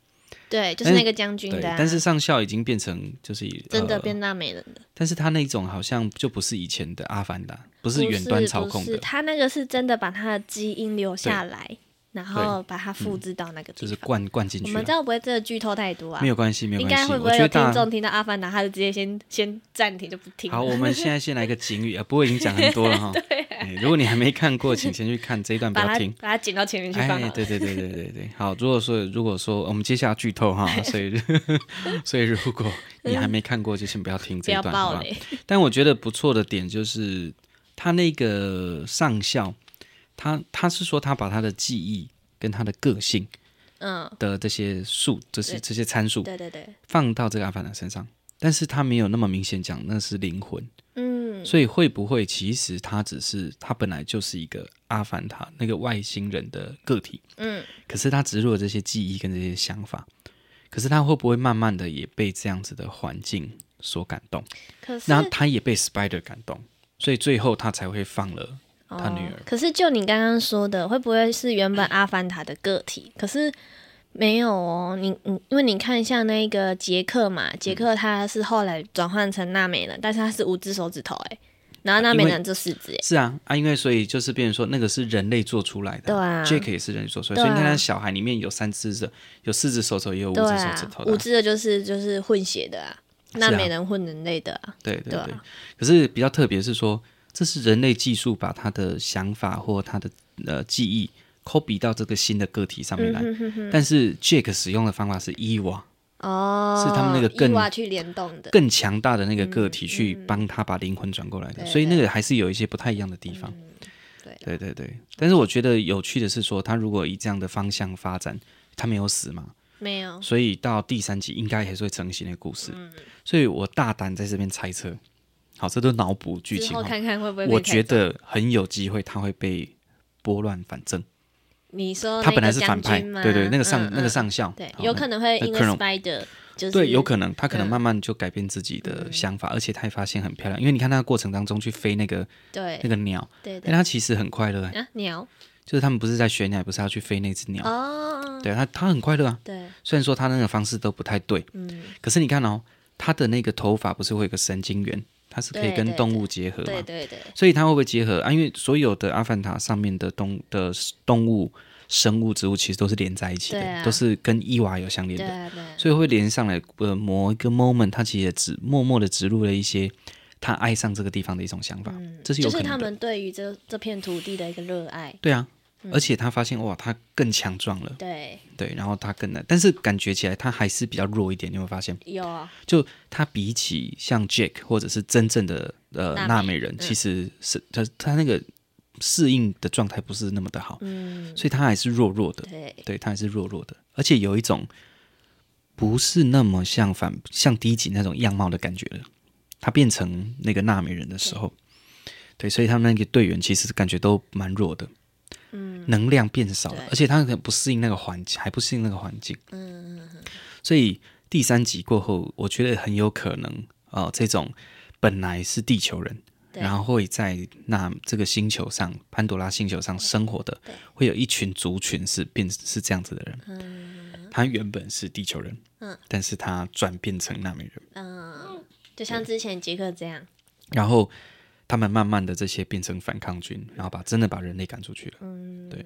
Speaker 1: 对，就
Speaker 2: 但
Speaker 1: 是
Speaker 2: 是
Speaker 1: 那个将军
Speaker 2: 对，
Speaker 1: 的啊，
Speaker 2: 但是上校已经变成就是
Speaker 1: 真的、
Speaker 2: 呃，
Speaker 1: 变大美人的，
Speaker 2: 但是他那种好像就不是以前的阿凡达，
Speaker 1: 不
Speaker 2: 不是远端操控
Speaker 1: 不
Speaker 2: 的
Speaker 1: 是，他那个是真的把他的基因留下来，然后把它复制到那个
Speaker 2: 就
Speaker 1: 地
Speaker 2: 是
Speaker 1: 方。
Speaker 2: 灌灌进
Speaker 1: 我
Speaker 2: 去
Speaker 1: 们
Speaker 2: 了
Speaker 1: 这。样不会真的剧透太多啊
Speaker 2: 没？有关系，没有
Speaker 1: 应
Speaker 2: 关
Speaker 1: 该
Speaker 2: 系。
Speaker 1: 会不
Speaker 2: 我
Speaker 1: 会
Speaker 2: 觉
Speaker 1: 有
Speaker 2: 得
Speaker 1: 听
Speaker 2: 大家
Speaker 1: 众听到阿凡达，他就直接先先暂停就不听了？
Speaker 2: 好，我们现在先来个警语啊，不过已经讲很 多了哈。哎如果你还没看过，请先去看这一段，不
Speaker 1: 啊把
Speaker 2: 要
Speaker 1: 它
Speaker 2: 听。
Speaker 1: 把它剪到前面去放好
Speaker 2: 哎，
Speaker 1: 了。
Speaker 2: 对对对对对对，好。如果说如果说我们接下来剧透哈，所以所以如果你还没看过，就先不要听
Speaker 1: 不
Speaker 2: 这一
Speaker 1: 要
Speaker 2: 段，好
Speaker 1: 爆
Speaker 2: 吧？
Speaker 1: 雷，
Speaker 2: 但我觉得不错的点就是他那个上校，他他是说他把他的记忆跟他的个性
Speaker 1: 嗯，
Speaker 2: 的这些数，这些这些参数
Speaker 1: 对对对，
Speaker 2: 放到这个阿凡达身上，但是他没有那么明显讲那是灵魂，
Speaker 1: 嗯，
Speaker 2: 所以会不会其实他只是他本来就是一个阿凡达那个外星人的个体，
Speaker 1: 嗯，
Speaker 2: 可是他植入了这些记忆跟这些想法，可是他会不会慢慢的也被这样子的环境所感动？
Speaker 1: 可是
Speaker 2: 那他也被 Spider 感动，所以最后他才会放了他女儿。
Speaker 1: 哦可是就你刚刚说的，会不会是原本阿凡达的个 体？可是没有哦，你你因为你看像那个杰克嘛，
Speaker 2: 嗯
Speaker 1: 杰克他是后来转换成纳美人，但是他是五只手指头
Speaker 2: 啊
Speaker 1: 哎，然后纳美人就四只哎，
Speaker 2: 是啊，啊，因为所以就是变成说那个是人类做出来的，
Speaker 1: 对啊
Speaker 2: j a c k 也是人类做出来，
Speaker 1: 对啊
Speaker 2: 所以你看他小孩里面有三只手，有四只手指头，也有五
Speaker 1: 对
Speaker 2: 只手指
Speaker 1: 啊
Speaker 2: 头，的
Speaker 1: 五
Speaker 2: 啊，
Speaker 1: 只的就是就是混血的啊，纳美人混人类的啊，
Speaker 2: 对对
Speaker 1: 对
Speaker 2: 对
Speaker 1: 啊
Speaker 2: 可是比较特别是说，这是人类技术把他的想法或他的呃记忆 copy 到这个新的个体上面
Speaker 1: 嗯
Speaker 2: 来。
Speaker 1: 哼哼哼
Speaker 2: 但是 Jack 使用的方法是伊娃
Speaker 1: 哦，
Speaker 2: 是他们那个更
Speaker 1: 伊娃去联动的，
Speaker 2: 更强大的那个个体去帮他把灵魂转过来的，
Speaker 1: 对嗯
Speaker 2: 所以那个还是有一些不太一样的地方。
Speaker 1: 对
Speaker 2: 对对对，但是我觉得有趣的是说，他如果以这样的方向发展，他没有死嘛，
Speaker 1: 没有，
Speaker 2: 所以到第三集应该还是会成型的故事。
Speaker 1: 嗯
Speaker 2: 所以我大胆在这边猜测，好，这都脑补剧
Speaker 1: 之
Speaker 2: 情
Speaker 1: 后
Speaker 2: 哈。
Speaker 1: 看看会不会被
Speaker 2: 我
Speaker 1: 开
Speaker 2: 觉
Speaker 1: 走
Speaker 2: 得很有机会他会被拨乱反正，
Speaker 1: 你说
Speaker 2: 他
Speaker 1: 哦那
Speaker 2: 本来
Speaker 1: 个
Speaker 2: 是反
Speaker 1: 将
Speaker 2: 派，
Speaker 1: 军吗？
Speaker 2: 对对，那个上
Speaker 1: 嗯
Speaker 2: 那个
Speaker 1: 嗯
Speaker 2: 上校，
Speaker 1: 对，
Speaker 2: 好
Speaker 1: 有
Speaker 2: 那
Speaker 1: 可能会
Speaker 2: 那
Speaker 1: 因为
Speaker 2: Colonel-
Speaker 1: Spider 就是
Speaker 2: 对，有可能他可能
Speaker 1: 嗯
Speaker 2: 慢慢就改变自己的想法，而且他也发现很漂亮，因为你看他的过程当中去飞那个
Speaker 1: 对
Speaker 2: 那个鸟，
Speaker 1: 对
Speaker 2: 因为
Speaker 1: 对
Speaker 2: 他其实很快乐、欸，
Speaker 1: 啊鸟
Speaker 2: 就是他们不是在学鸟，也不是要去飞那只鸟，
Speaker 1: 哦
Speaker 2: 对他他很快乐啊。
Speaker 1: 对
Speaker 2: 虽然说他那个方式都不太对，
Speaker 1: 嗯
Speaker 2: 可是你看哦，他的那个头发不是会有个神经元，它是可以
Speaker 1: 对
Speaker 2: 跟
Speaker 1: 对
Speaker 2: 动物结合嘛，
Speaker 1: 对对对
Speaker 2: 所以它会不会结合啊？因为所有的阿凡达上面的动的动物、生物、植物其实都是连在一起的，
Speaker 1: 对啊
Speaker 2: 都是跟伊娃有相连
Speaker 1: 对
Speaker 2: 的，
Speaker 1: 啊对啊
Speaker 2: 所以会连上来。呃，某一个 moment，它其实也植默默的植入了一些他爱上这个地方的一种想法，这是
Speaker 1: 嗯
Speaker 2: 有
Speaker 1: 就
Speaker 2: 可
Speaker 1: 是
Speaker 2: 能的。
Speaker 1: 他们嗯对于这这片土地的一个热爱，
Speaker 2: 对啊，而且他发现哇，他更强壮了，
Speaker 1: 对
Speaker 2: 对，然后他更难，但是感觉起来他还是比较弱一点，你有没有发现？
Speaker 1: 有啊
Speaker 2: 就他比起像 Jack 或者是真正的呃
Speaker 1: 纳美
Speaker 2: 纳美人，其实是他他那个适应的状态不是那么的好，
Speaker 1: 嗯
Speaker 2: 所以他还是弱弱的，
Speaker 1: 对
Speaker 2: 对他还是弱弱的，而且有一种不是那么像反像第一集那种样貌的感觉了。他变成那个纳美人的时候，对，所以他们那个队员其实感觉都蛮弱的，
Speaker 1: 嗯
Speaker 2: 能量变少了
Speaker 1: 对，
Speaker 2: 而且他可能不适应那个环境，还不适应那个环境。
Speaker 1: 嗯嗯
Speaker 2: 所以第三集过后，我觉得很有可能，呃，这种本来是地球人，
Speaker 1: 对
Speaker 2: 然后会在那这个星球上，潘多拉星球上生活的
Speaker 1: 对，
Speaker 2: 会有一群族群是变是这样子的人。他原本是地球人，
Speaker 1: 嗯，
Speaker 2: 但是他转变成纳美人，
Speaker 1: 嗯，就像之前杰克这样，
Speaker 2: 然后他们慢慢的这些变成反抗军，然后把真的把人类赶出去了。
Speaker 1: 嗯
Speaker 2: 对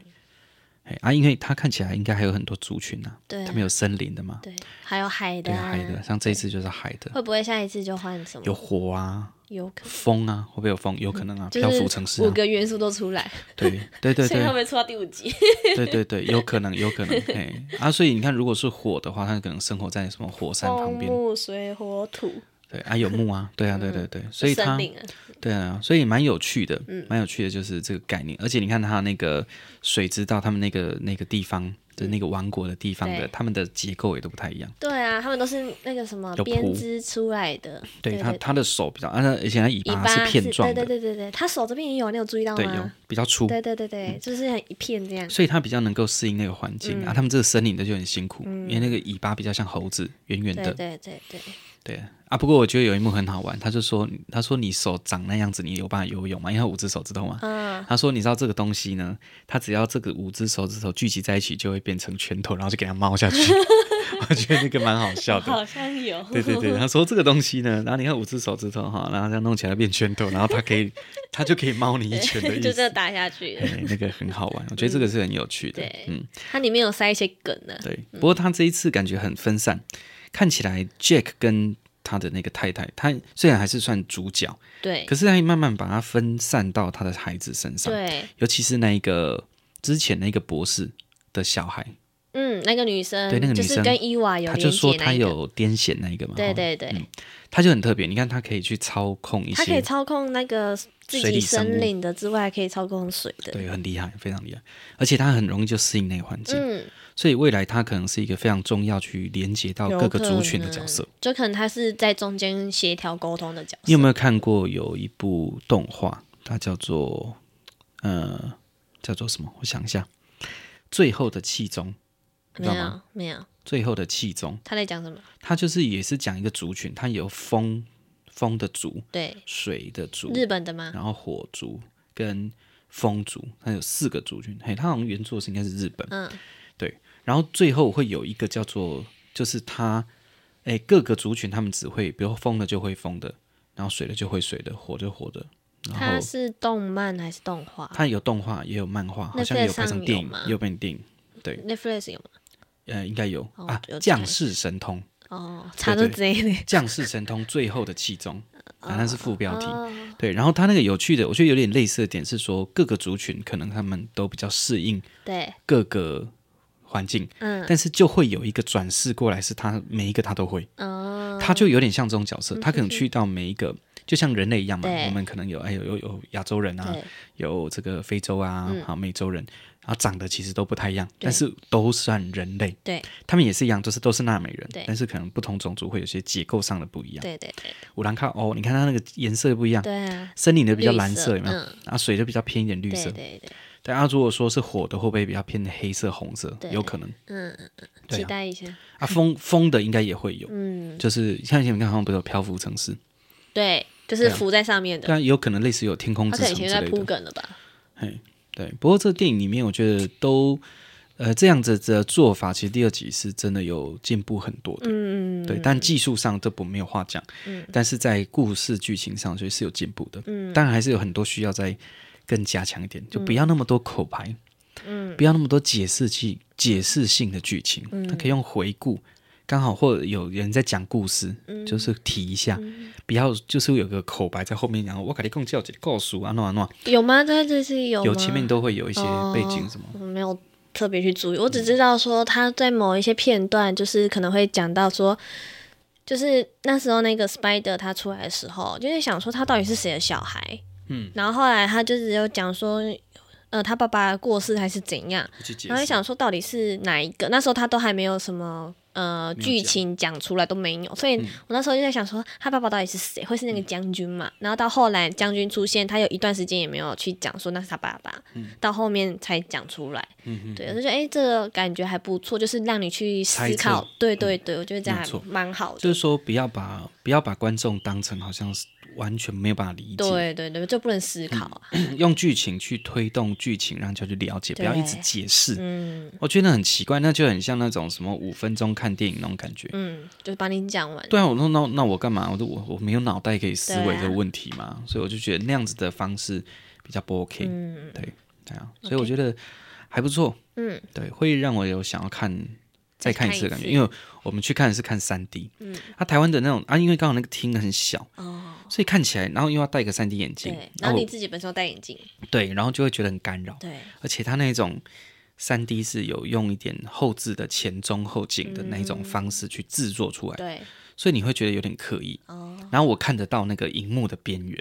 Speaker 2: 哎啊，因为他看起来应该还有很多族群啊，
Speaker 1: 对啊
Speaker 2: 他们有森林的嘛，
Speaker 1: 对，还有海的
Speaker 2: 对，
Speaker 1: 啊
Speaker 2: 海的，像这一次就是海的，
Speaker 1: 会不会下一次就换什么？
Speaker 2: 有火啊，
Speaker 1: 有可能
Speaker 2: 风啊，会不会有风？有可能啊，
Speaker 1: 就
Speaker 2: 漂浮
Speaker 1: 是
Speaker 2: 城市
Speaker 1: 五
Speaker 2: 啊，
Speaker 1: 个元素都出来，
Speaker 2: 对对 对
Speaker 1: 所以会不
Speaker 2: 对
Speaker 1: 会出到第五集？
Speaker 2: 对对对，有可能有可能，嘿啊，所以你看，如果是火的话，它可能生活在什么火山旁
Speaker 1: 风
Speaker 2: 边，
Speaker 1: 木水火土，
Speaker 2: 对啊，有木啊，对啊，对对对，所以
Speaker 1: 森
Speaker 2: 它
Speaker 1: 林啊，嗯
Speaker 2: 对啊，所以蛮有趣的，蛮有趣的，就是这个概念。而且你看它那个水知道他们那个那个地方的那个王国的地方
Speaker 1: 嗯
Speaker 2: 的，
Speaker 1: 对
Speaker 2: 他们的结构也都不太一样。
Speaker 1: 对啊，他们都是那个什么
Speaker 2: 有
Speaker 1: 编
Speaker 2: 蹼
Speaker 1: 织出来的，
Speaker 2: 对
Speaker 1: 对
Speaker 2: 它它的手比较，啊，它而且它尾
Speaker 1: 尾
Speaker 2: 巴
Speaker 1: 巴
Speaker 2: 是片状
Speaker 1: 对
Speaker 2: 的，
Speaker 1: 对对对对，他手这边也有，你有注意到
Speaker 2: 对，有嗯
Speaker 1: 吗？
Speaker 2: 比较粗，
Speaker 1: 对对对对，就是很一片这样，
Speaker 2: 所以它比较能够适应那个环境、
Speaker 1: 嗯
Speaker 2: 啊。他们这个森林的就很辛苦，因为那个尾巴比较像猴子，圆圆
Speaker 1: 对
Speaker 2: 的。
Speaker 1: 对对对，
Speaker 2: 对啊，不过我觉得有一幕很好玩，他就说，他说你手长那样子，你有办法游泳吗？因为他五只手指头嘛。
Speaker 1: 嗯，
Speaker 2: 他说：“你知道这个东西呢？它只要这个五只手指头聚集在一起，就会变成拳头，然后就给它猫下去。 我觉得那个蛮好笑的。
Speaker 1: 像有，
Speaker 2: 对对对，他说这个东西呢，然后你看五只手指头哈，然后这样弄起来变拳头，然后它可以，它就可以猫你一 拳的意
Speaker 1: 就
Speaker 2: 思。
Speaker 1: 这样打下 去了。
Speaker 2: 哎那个很好玩，我觉得这个是很有趣的。
Speaker 1: 对
Speaker 2: 嗯，
Speaker 1: 它里面有塞一些梗呢、
Speaker 2: 对，不过他这一次感觉很分散，看起来 Jack 跟他的那个太太，他虽然还是算主角，
Speaker 1: 对
Speaker 2: 可是他慢慢把他分散到他的孩子身上，
Speaker 1: 对，
Speaker 2: 尤其是那一个之前那个博士的小孩，
Speaker 1: 嗯，那个女生，
Speaker 2: 对那个女
Speaker 1: 就是
Speaker 2: 生
Speaker 1: 跟伊娃有
Speaker 2: 他
Speaker 1: 连
Speaker 2: 就说
Speaker 1: 接那
Speaker 2: 他
Speaker 1: 一个，
Speaker 2: 有癫痫那一个嘛，
Speaker 1: 对
Speaker 2: 哦，
Speaker 1: 对对，
Speaker 2: 他就很特别，你看他可以去操控一
Speaker 1: 它可以
Speaker 2: 些，
Speaker 1: 操控那个自
Speaker 2: 水里
Speaker 1: 己
Speaker 2: 生物
Speaker 1: 森林的之外，还可以操控水的，
Speaker 2: 对，很厉害，非常厉害，而且他很容易就适应那个环境，
Speaker 1: 嗯，
Speaker 2: 所以未来他可能是一个非常重要去连接到
Speaker 1: 有
Speaker 2: 各个
Speaker 1: 可
Speaker 2: 族群的
Speaker 1: 能
Speaker 2: 角色。
Speaker 1: 就可能他是在中间协调沟通的角色。
Speaker 2: 你有没有看过有一部动画，它叫做呃叫做什么？我想一下，《最后的气宗》，你知道
Speaker 1: 没
Speaker 2: 吗？
Speaker 1: 有没有，
Speaker 2: 《最后的气宗》，
Speaker 1: 他在讲什么？
Speaker 2: 它就是也是讲一个族群，它有风风的族、
Speaker 1: 对，
Speaker 2: 水的族，
Speaker 1: 日本的吗？
Speaker 2: 然后火族跟风族，它有四个族群。嘿，它好像原作是应该是日本，
Speaker 1: 嗯，
Speaker 2: 对。然后最后会有一个叫做，就是它，哎，各个族群他们只会，比如风的就会风的，然后水的就会水的，火就火的。然后
Speaker 1: 它是动漫还是动画
Speaker 2: 它有动画，也有漫画，好
Speaker 1: Netflix
Speaker 2: 像也有拍成
Speaker 1: 啊上
Speaker 2: 电
Speaker 1: 有
Speaker 2: 影
Speaker 1: 吗，
Speaker 2: 也有拍成电影，
Speaker 1: ？Netflix 有吗？
Speaker 2: 呃，应该有、
Speaker 1: 哦
Speaker 2: 啊
Speaker 1: 有，
Speaker 2: 《降世神通》《
Speaker 1: 哦，查到
Speaker 2: 对
Speaker 1: 这一类，
Speaker 2: 降世神通》最后的气宗，啊，那是副标题。
Speaker 1: 哦
Speaker 2: 对，然后它那个有趣的，我觉得有点类似的点是说，各个族群可能他们都比较适应
Speaker 1: 对，
Speaker 2: 各个环境，
Speaker 1: 嗯
Speaker 2: 但是就会有一个转世过来，是他每一个他都会，
Speaker 1: 哦，
Speaker 2: 他就有点像这种角色，他可能去到每一个，就像人类一样
Speaker 1: 嗯
Speaker 2: 嘛，
Speaker 1: 对
Speaker 2: 我们可能有哎有有有亚洲人啊，
Speaker 1: 对，
Speaker 2: 有这个非洲啊
Speaker 1: 嗯，
Speaker 2: 好美洲人，然后长得其实都不太一样，
Speaker 1: 对
Speaker 2: 但是都算人类，
Speaker 1: 对，
Speaker 2: 他们也是一样，都是都是纳美人
Speaker 1: 对，
Speaker 2: 但是可能不同种族会有些结构上的不一样。
Speaker 1: 对对对，
Speaker 2: 五兰卡哦，你看它那个颜色不一样，
Speaker 1: 对啊，
Speaker 2: 森林的比较
Speaker 1: 绿
Speaker 2: 蓝
Speaker 1: 色
Speaker 2: 色，有没有？
Speaker 1: 嗯
Speaker 2: 啊，水就比较偏一点绿
Speaker 1: 对
Speaker 2: 色。
Speaker 1: 对对，
Speaker 2: 但啊，如果说是火的，会不会比较偏黑色、红色？
Speaker 1: 对
Speaker 2: 有可能
Speaker 1: 嗯嗯嗯，
Speaker 2: 对啊
Speaker 1: 期待一下，
Speaker 2: 啊。风 风的应该也会有，
Speaker 1: 嗯，
Speaker 2: 就是像以前你看好像不是有漂浮城市，
Speaker 1: 对，
Speaker 2: 啊
Speaker 1: 就是浮在上面的，
Speaker 2: 但有可能类似有天空
Speaker 1: 他
Speaker 2: 之
Speaker 1: 可能
Speaker 2: 城
Speaker 1: 以
Speaker 2: 之
Speaker 1: 前在
Speaker 2: 类
Speaker 1: 铺
Speaker 2: 的。
Speaker 1: 梗了吧？
Speaker 2: 嘿，对。不过这电影里面，我觉得都呃这样子的做法，其实第二集是真的有进步很多的。
Speaker 1: 嗯，
Speaker 2: 对，但技术上这不没有话讲，但是在故事剧情上，所以是有进步的。嗯，当然还是有很多需要再更加强一点，就不要那么多口牌，嗯，不要那么多解释性解释性的剧情，它可以用回顾，刚好或者有人在讲故事，就是提一下，不要就是有个口白在后面，然后我跟你共叫解告诉啊诺啊诺，
Speaker 1: 有吗？他这次有
Speaker 2: 有
Speaker 1: 吗
Speaker 2: 前面都会有一些背景什么，
Speaker 1: 我嗯没有特别去注意，我只知道说他在某一些片段，就是可能会讲到说，就是那时候那个 Spider 他出来的时候，就是想说他到底是谁的小孩，嗯，然后后来他就只有讲说，呃，他爸爸过世还是怎样，
Speaker 2: 去解
Speaker 1: 然后就
Speaker 2: 释。
Speaker 1: 想说到底是哪一个？那时候他都还没有什么呃
Speaker 2: 没有
Speaker 1: 剧
Speaker 2: 讲嗯
Speaker 1: 情讲出来都没有，所以我那时候就在想说他爸爸到底是谁？会是那个将军嘛？然后到后来将军出现，他有一段时间也没有去讲说那是他爸爸，
Speaker 2: 嗯
Speaker 1: 到后面才讲出来。嗯、对，我就觉得哎、这个感觉还不错，就是让你去
Speaker 2: 猜
Speaker 1: 思
Speaker 2: 测嗯
Speaker 1: 考。对对对，我觉得这
Speaker 2: 没
Speaker 1: 还
Speaker 2: 有错
Speaker 1: 蛮好的。
Speaker 2: 就是说，不要把不要把观众当成好像是完全没有办法理解，
Speaker 1: 对对对，就不能思考啊。
Speaker 2: 用剧情去推动剧情，让人家去了解，不
Speaker 1: 对
Speaker 2: 要一直解释。
Speaker 1: 嗯
Speaker 2: 我觉得很奇怪，那就很像那种什么五分钟看电影那种感觉。
Speaker 1: 嗯，就把你讲完。
Speaker 2: 对啊，我说那那我干嘛？我说我我没有脑袋可以思维
Speaker 1: 对啊
Speaker 2: 这个问题嘛，所以我就觉得那样子的方式比较不 OK、
Speaker 1: 嗯
Speaker 2: 对对啊，所以我觉得还不错。
Speaker 1: 嗯，
Speaker 2: 对，会让我有想要看再看一次的感觉，
Speaker 1: 再看一次
Speaker 2: 因为我们去看是看三 D，嗯，啊，台湾的那种啊，因为刚好那个厅很小，
Speaker 1: 哦，
Speaker 2: 所以看起来，然后又要戴个三 D 眼镜
Speaker 1: 对，，
Speaker 2: 然
Speaker 1: 然
Speaker 2: 后
Speaker 1: 后你自己本身要戴眼镜。
Speaker 2: 对，然后就会觉得很干扰。
Speaker 1: 对，
Speaker 2: 而且它那种三 D 是有用一点后置的前中后景的那一
Speaker 1: 嗯
Speaker 2: 种方式去制作出来，
Speaker 1: 对，
Speaker 2: 所以你会觉得有点刻意。
Speaker 1: 哦，
Speaker 2: 然后我看得到那个荧幕的边缘，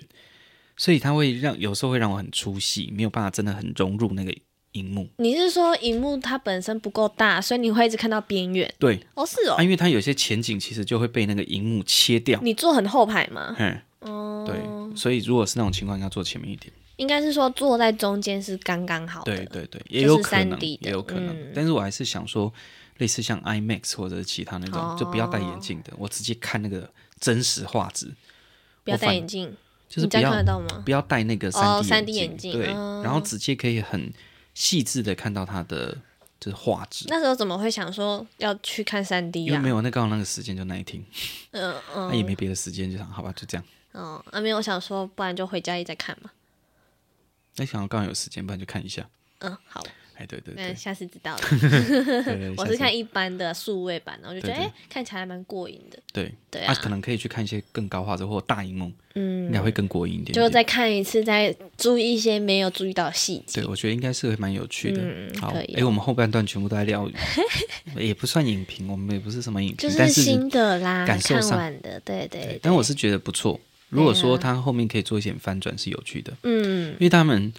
Speaker 2: 所以它会让有时候会让我很出戏，没有办法真的很融入那个荧幕。
Speaker 1: 你是说荧幕它本身不够大，所以你会一直看到边缘？
Speaker 2: 对，
Speaker 1: 哦，是哦
Speaker 2: 啊，，因为它有些前景其实就会被那个荧幕切掉。
Speaker 1: 你坐很后排吗？
Speaker 2: 嗯，
Speaker 1: 哦，
Speaker 2: 对，所以如果是那种情况，应该坐前面一点。
Speaker 1: 应该是说坐在中间是刚刚好的。
Speaker 2: 对对对，也
Speaker 1: 就是
Speaker 2: 有可能，
Speaker 1: 3D 的
Speaker 2: 也有可能。
Speaker 1: 嗯
Speaker 2: 但是我还是想说，类似像 IMAX 或者是其他那种，
Speaker 1: 哦
Speaker 2: 就不要戴眼镜的，我直接看那个真实画质，
Speaker 1: 不要
Speaker 2: 我
Speaker 1: 戴
Speaker 2: 反
Speaker 1: 眼镜，
Speaker 2: 就是
Speaker 1: 你
Speaker 2: 不
Speaker 1: 这样
Speaker 2: 要
Speaker 1: 看得到吗？
Speaker 2: 不要戴那个
Speaker 1: 哦
Speaker 2: 三
Speaker 1: 3D 眼镜
Speaker 2: 对，
Speaker 1: 嗯
Speaker 2: 然后直接可以很细致的看到它的就是画质。
Speaker 1: 那时候怎么会想说要去看三 D
Speaker 2: 因为
Speaker 1: 啊
Speaker 2: 没？有那哎刚好那个时间就那一天，
Speaker 1: 嗯
Speaker 2: 那、
Speaker 1: 嗯
Speaker 2: 也没别的时间，就想好吧，就这样。
Speaker 1: 哦，啊没有，我想说不然就回家一再看嘛。
Speaker 2: 那想到刚好有时间，不然就看一下。
Speaker 1: 嗯，好，
Speaker 2: 哎，对对
Speaker 1: 那
Speaker 2: 对，
Speaker 1: 下次知道了。
Speaker 2: 对
Speaker 1: 嗯
Speaker 2: 对
Speaker 1: 我
Speaker 2: 下
Speaker 1: 是
Speaker 2: 次
Speaker 1: 看一般的数位版，然后就觉得
Speaker 2: 对对
Speaker 1: 哎，看起来还蛮过瘾的。
Speaker 2: 对
Speaker 1: 对
Speaker 2: 啊
Speaker 1: 啊
Speaker 2: 可能可以去看一些更高画质或大荧幕，应
Speaker 1: 嗯，
Speaker 2: 该会更过瘾一点点。
Speaker 1: 就再看一次，再注意一些没有注意到的细节
Speaker 2: 对，。我觉得应该是会蛮有趣的。
Speaker 1: 嗯
Speaker 2: 好，
Speaker 1: 可
Speaker 2: 哎
Speaker 1: 以、
Speaker 2: 我们后半段全部都在聊， 也不算影评，我们也不是什么影
Speaker 1: 就
Speaker 2: 评，但
Speaker 1: 是
Speaker 2: 是
Speaker 1: 新的啦，
Speaker 2: 感受上
Speaker 1: 看完的，对对
Speaker 2: 对
Speaker 1: 对。啊
Speaker 2: 但我是觉得不错。如果说它后面可以做一点翻转，是有趣的，
Speaker 1: 嗯
Speaker 2: 因为他们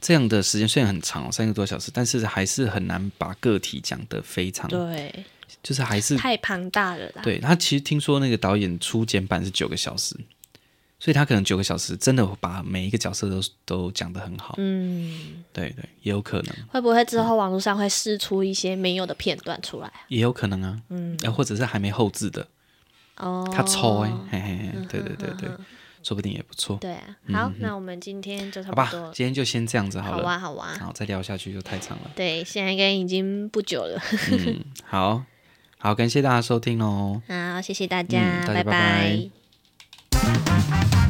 Speaker 2: 这样的时间虽然很长哦，三个多小时，但是还是很难把个体讲得非常，
Speaker 1: 对，
Speaker 2: 就是还是
Speaker 1: 太庞大了啦。
Speaker 2: 对他其实听说那个导演初剪版是九个小时，所以他可能九个小时真的把每一个角色都都讲得很好，
Speaker 1: 嗯，
Speaker 2: 对对，也有可能。
Speaker 1: 会不会之后网络上会试出一些没有的片段出来啊？
Speaker 2: 也有可能啊，嗯，或者是还没后置的，
Speaker 1: 哦，嗯
Speaker 2: 他抽哎、嘿嘿嘿，对对对对，说不定也不错，
Speaker 1: 对啊。好，那我们今天就差
Speaker 2: 嗯好
Speaker 1: 不多
Speaker 2: 吧，
Speaker 1: 了。
Speaker 2: 今天就先这样子好
Speaker 1: 好
Speaker 2: 了，
Speaker 1: 啊，好啊。
Speaker 2: 好，再聊下去就太 长了，
Speaker 1: 对，现在应该已经不久了。
Speaker 2: 嗯，好好，感谢大家收听哦。
Speaker 1: 好，谢谢大家，
Speaker 2: 嗯大家拜拜
Speaker 1: 拜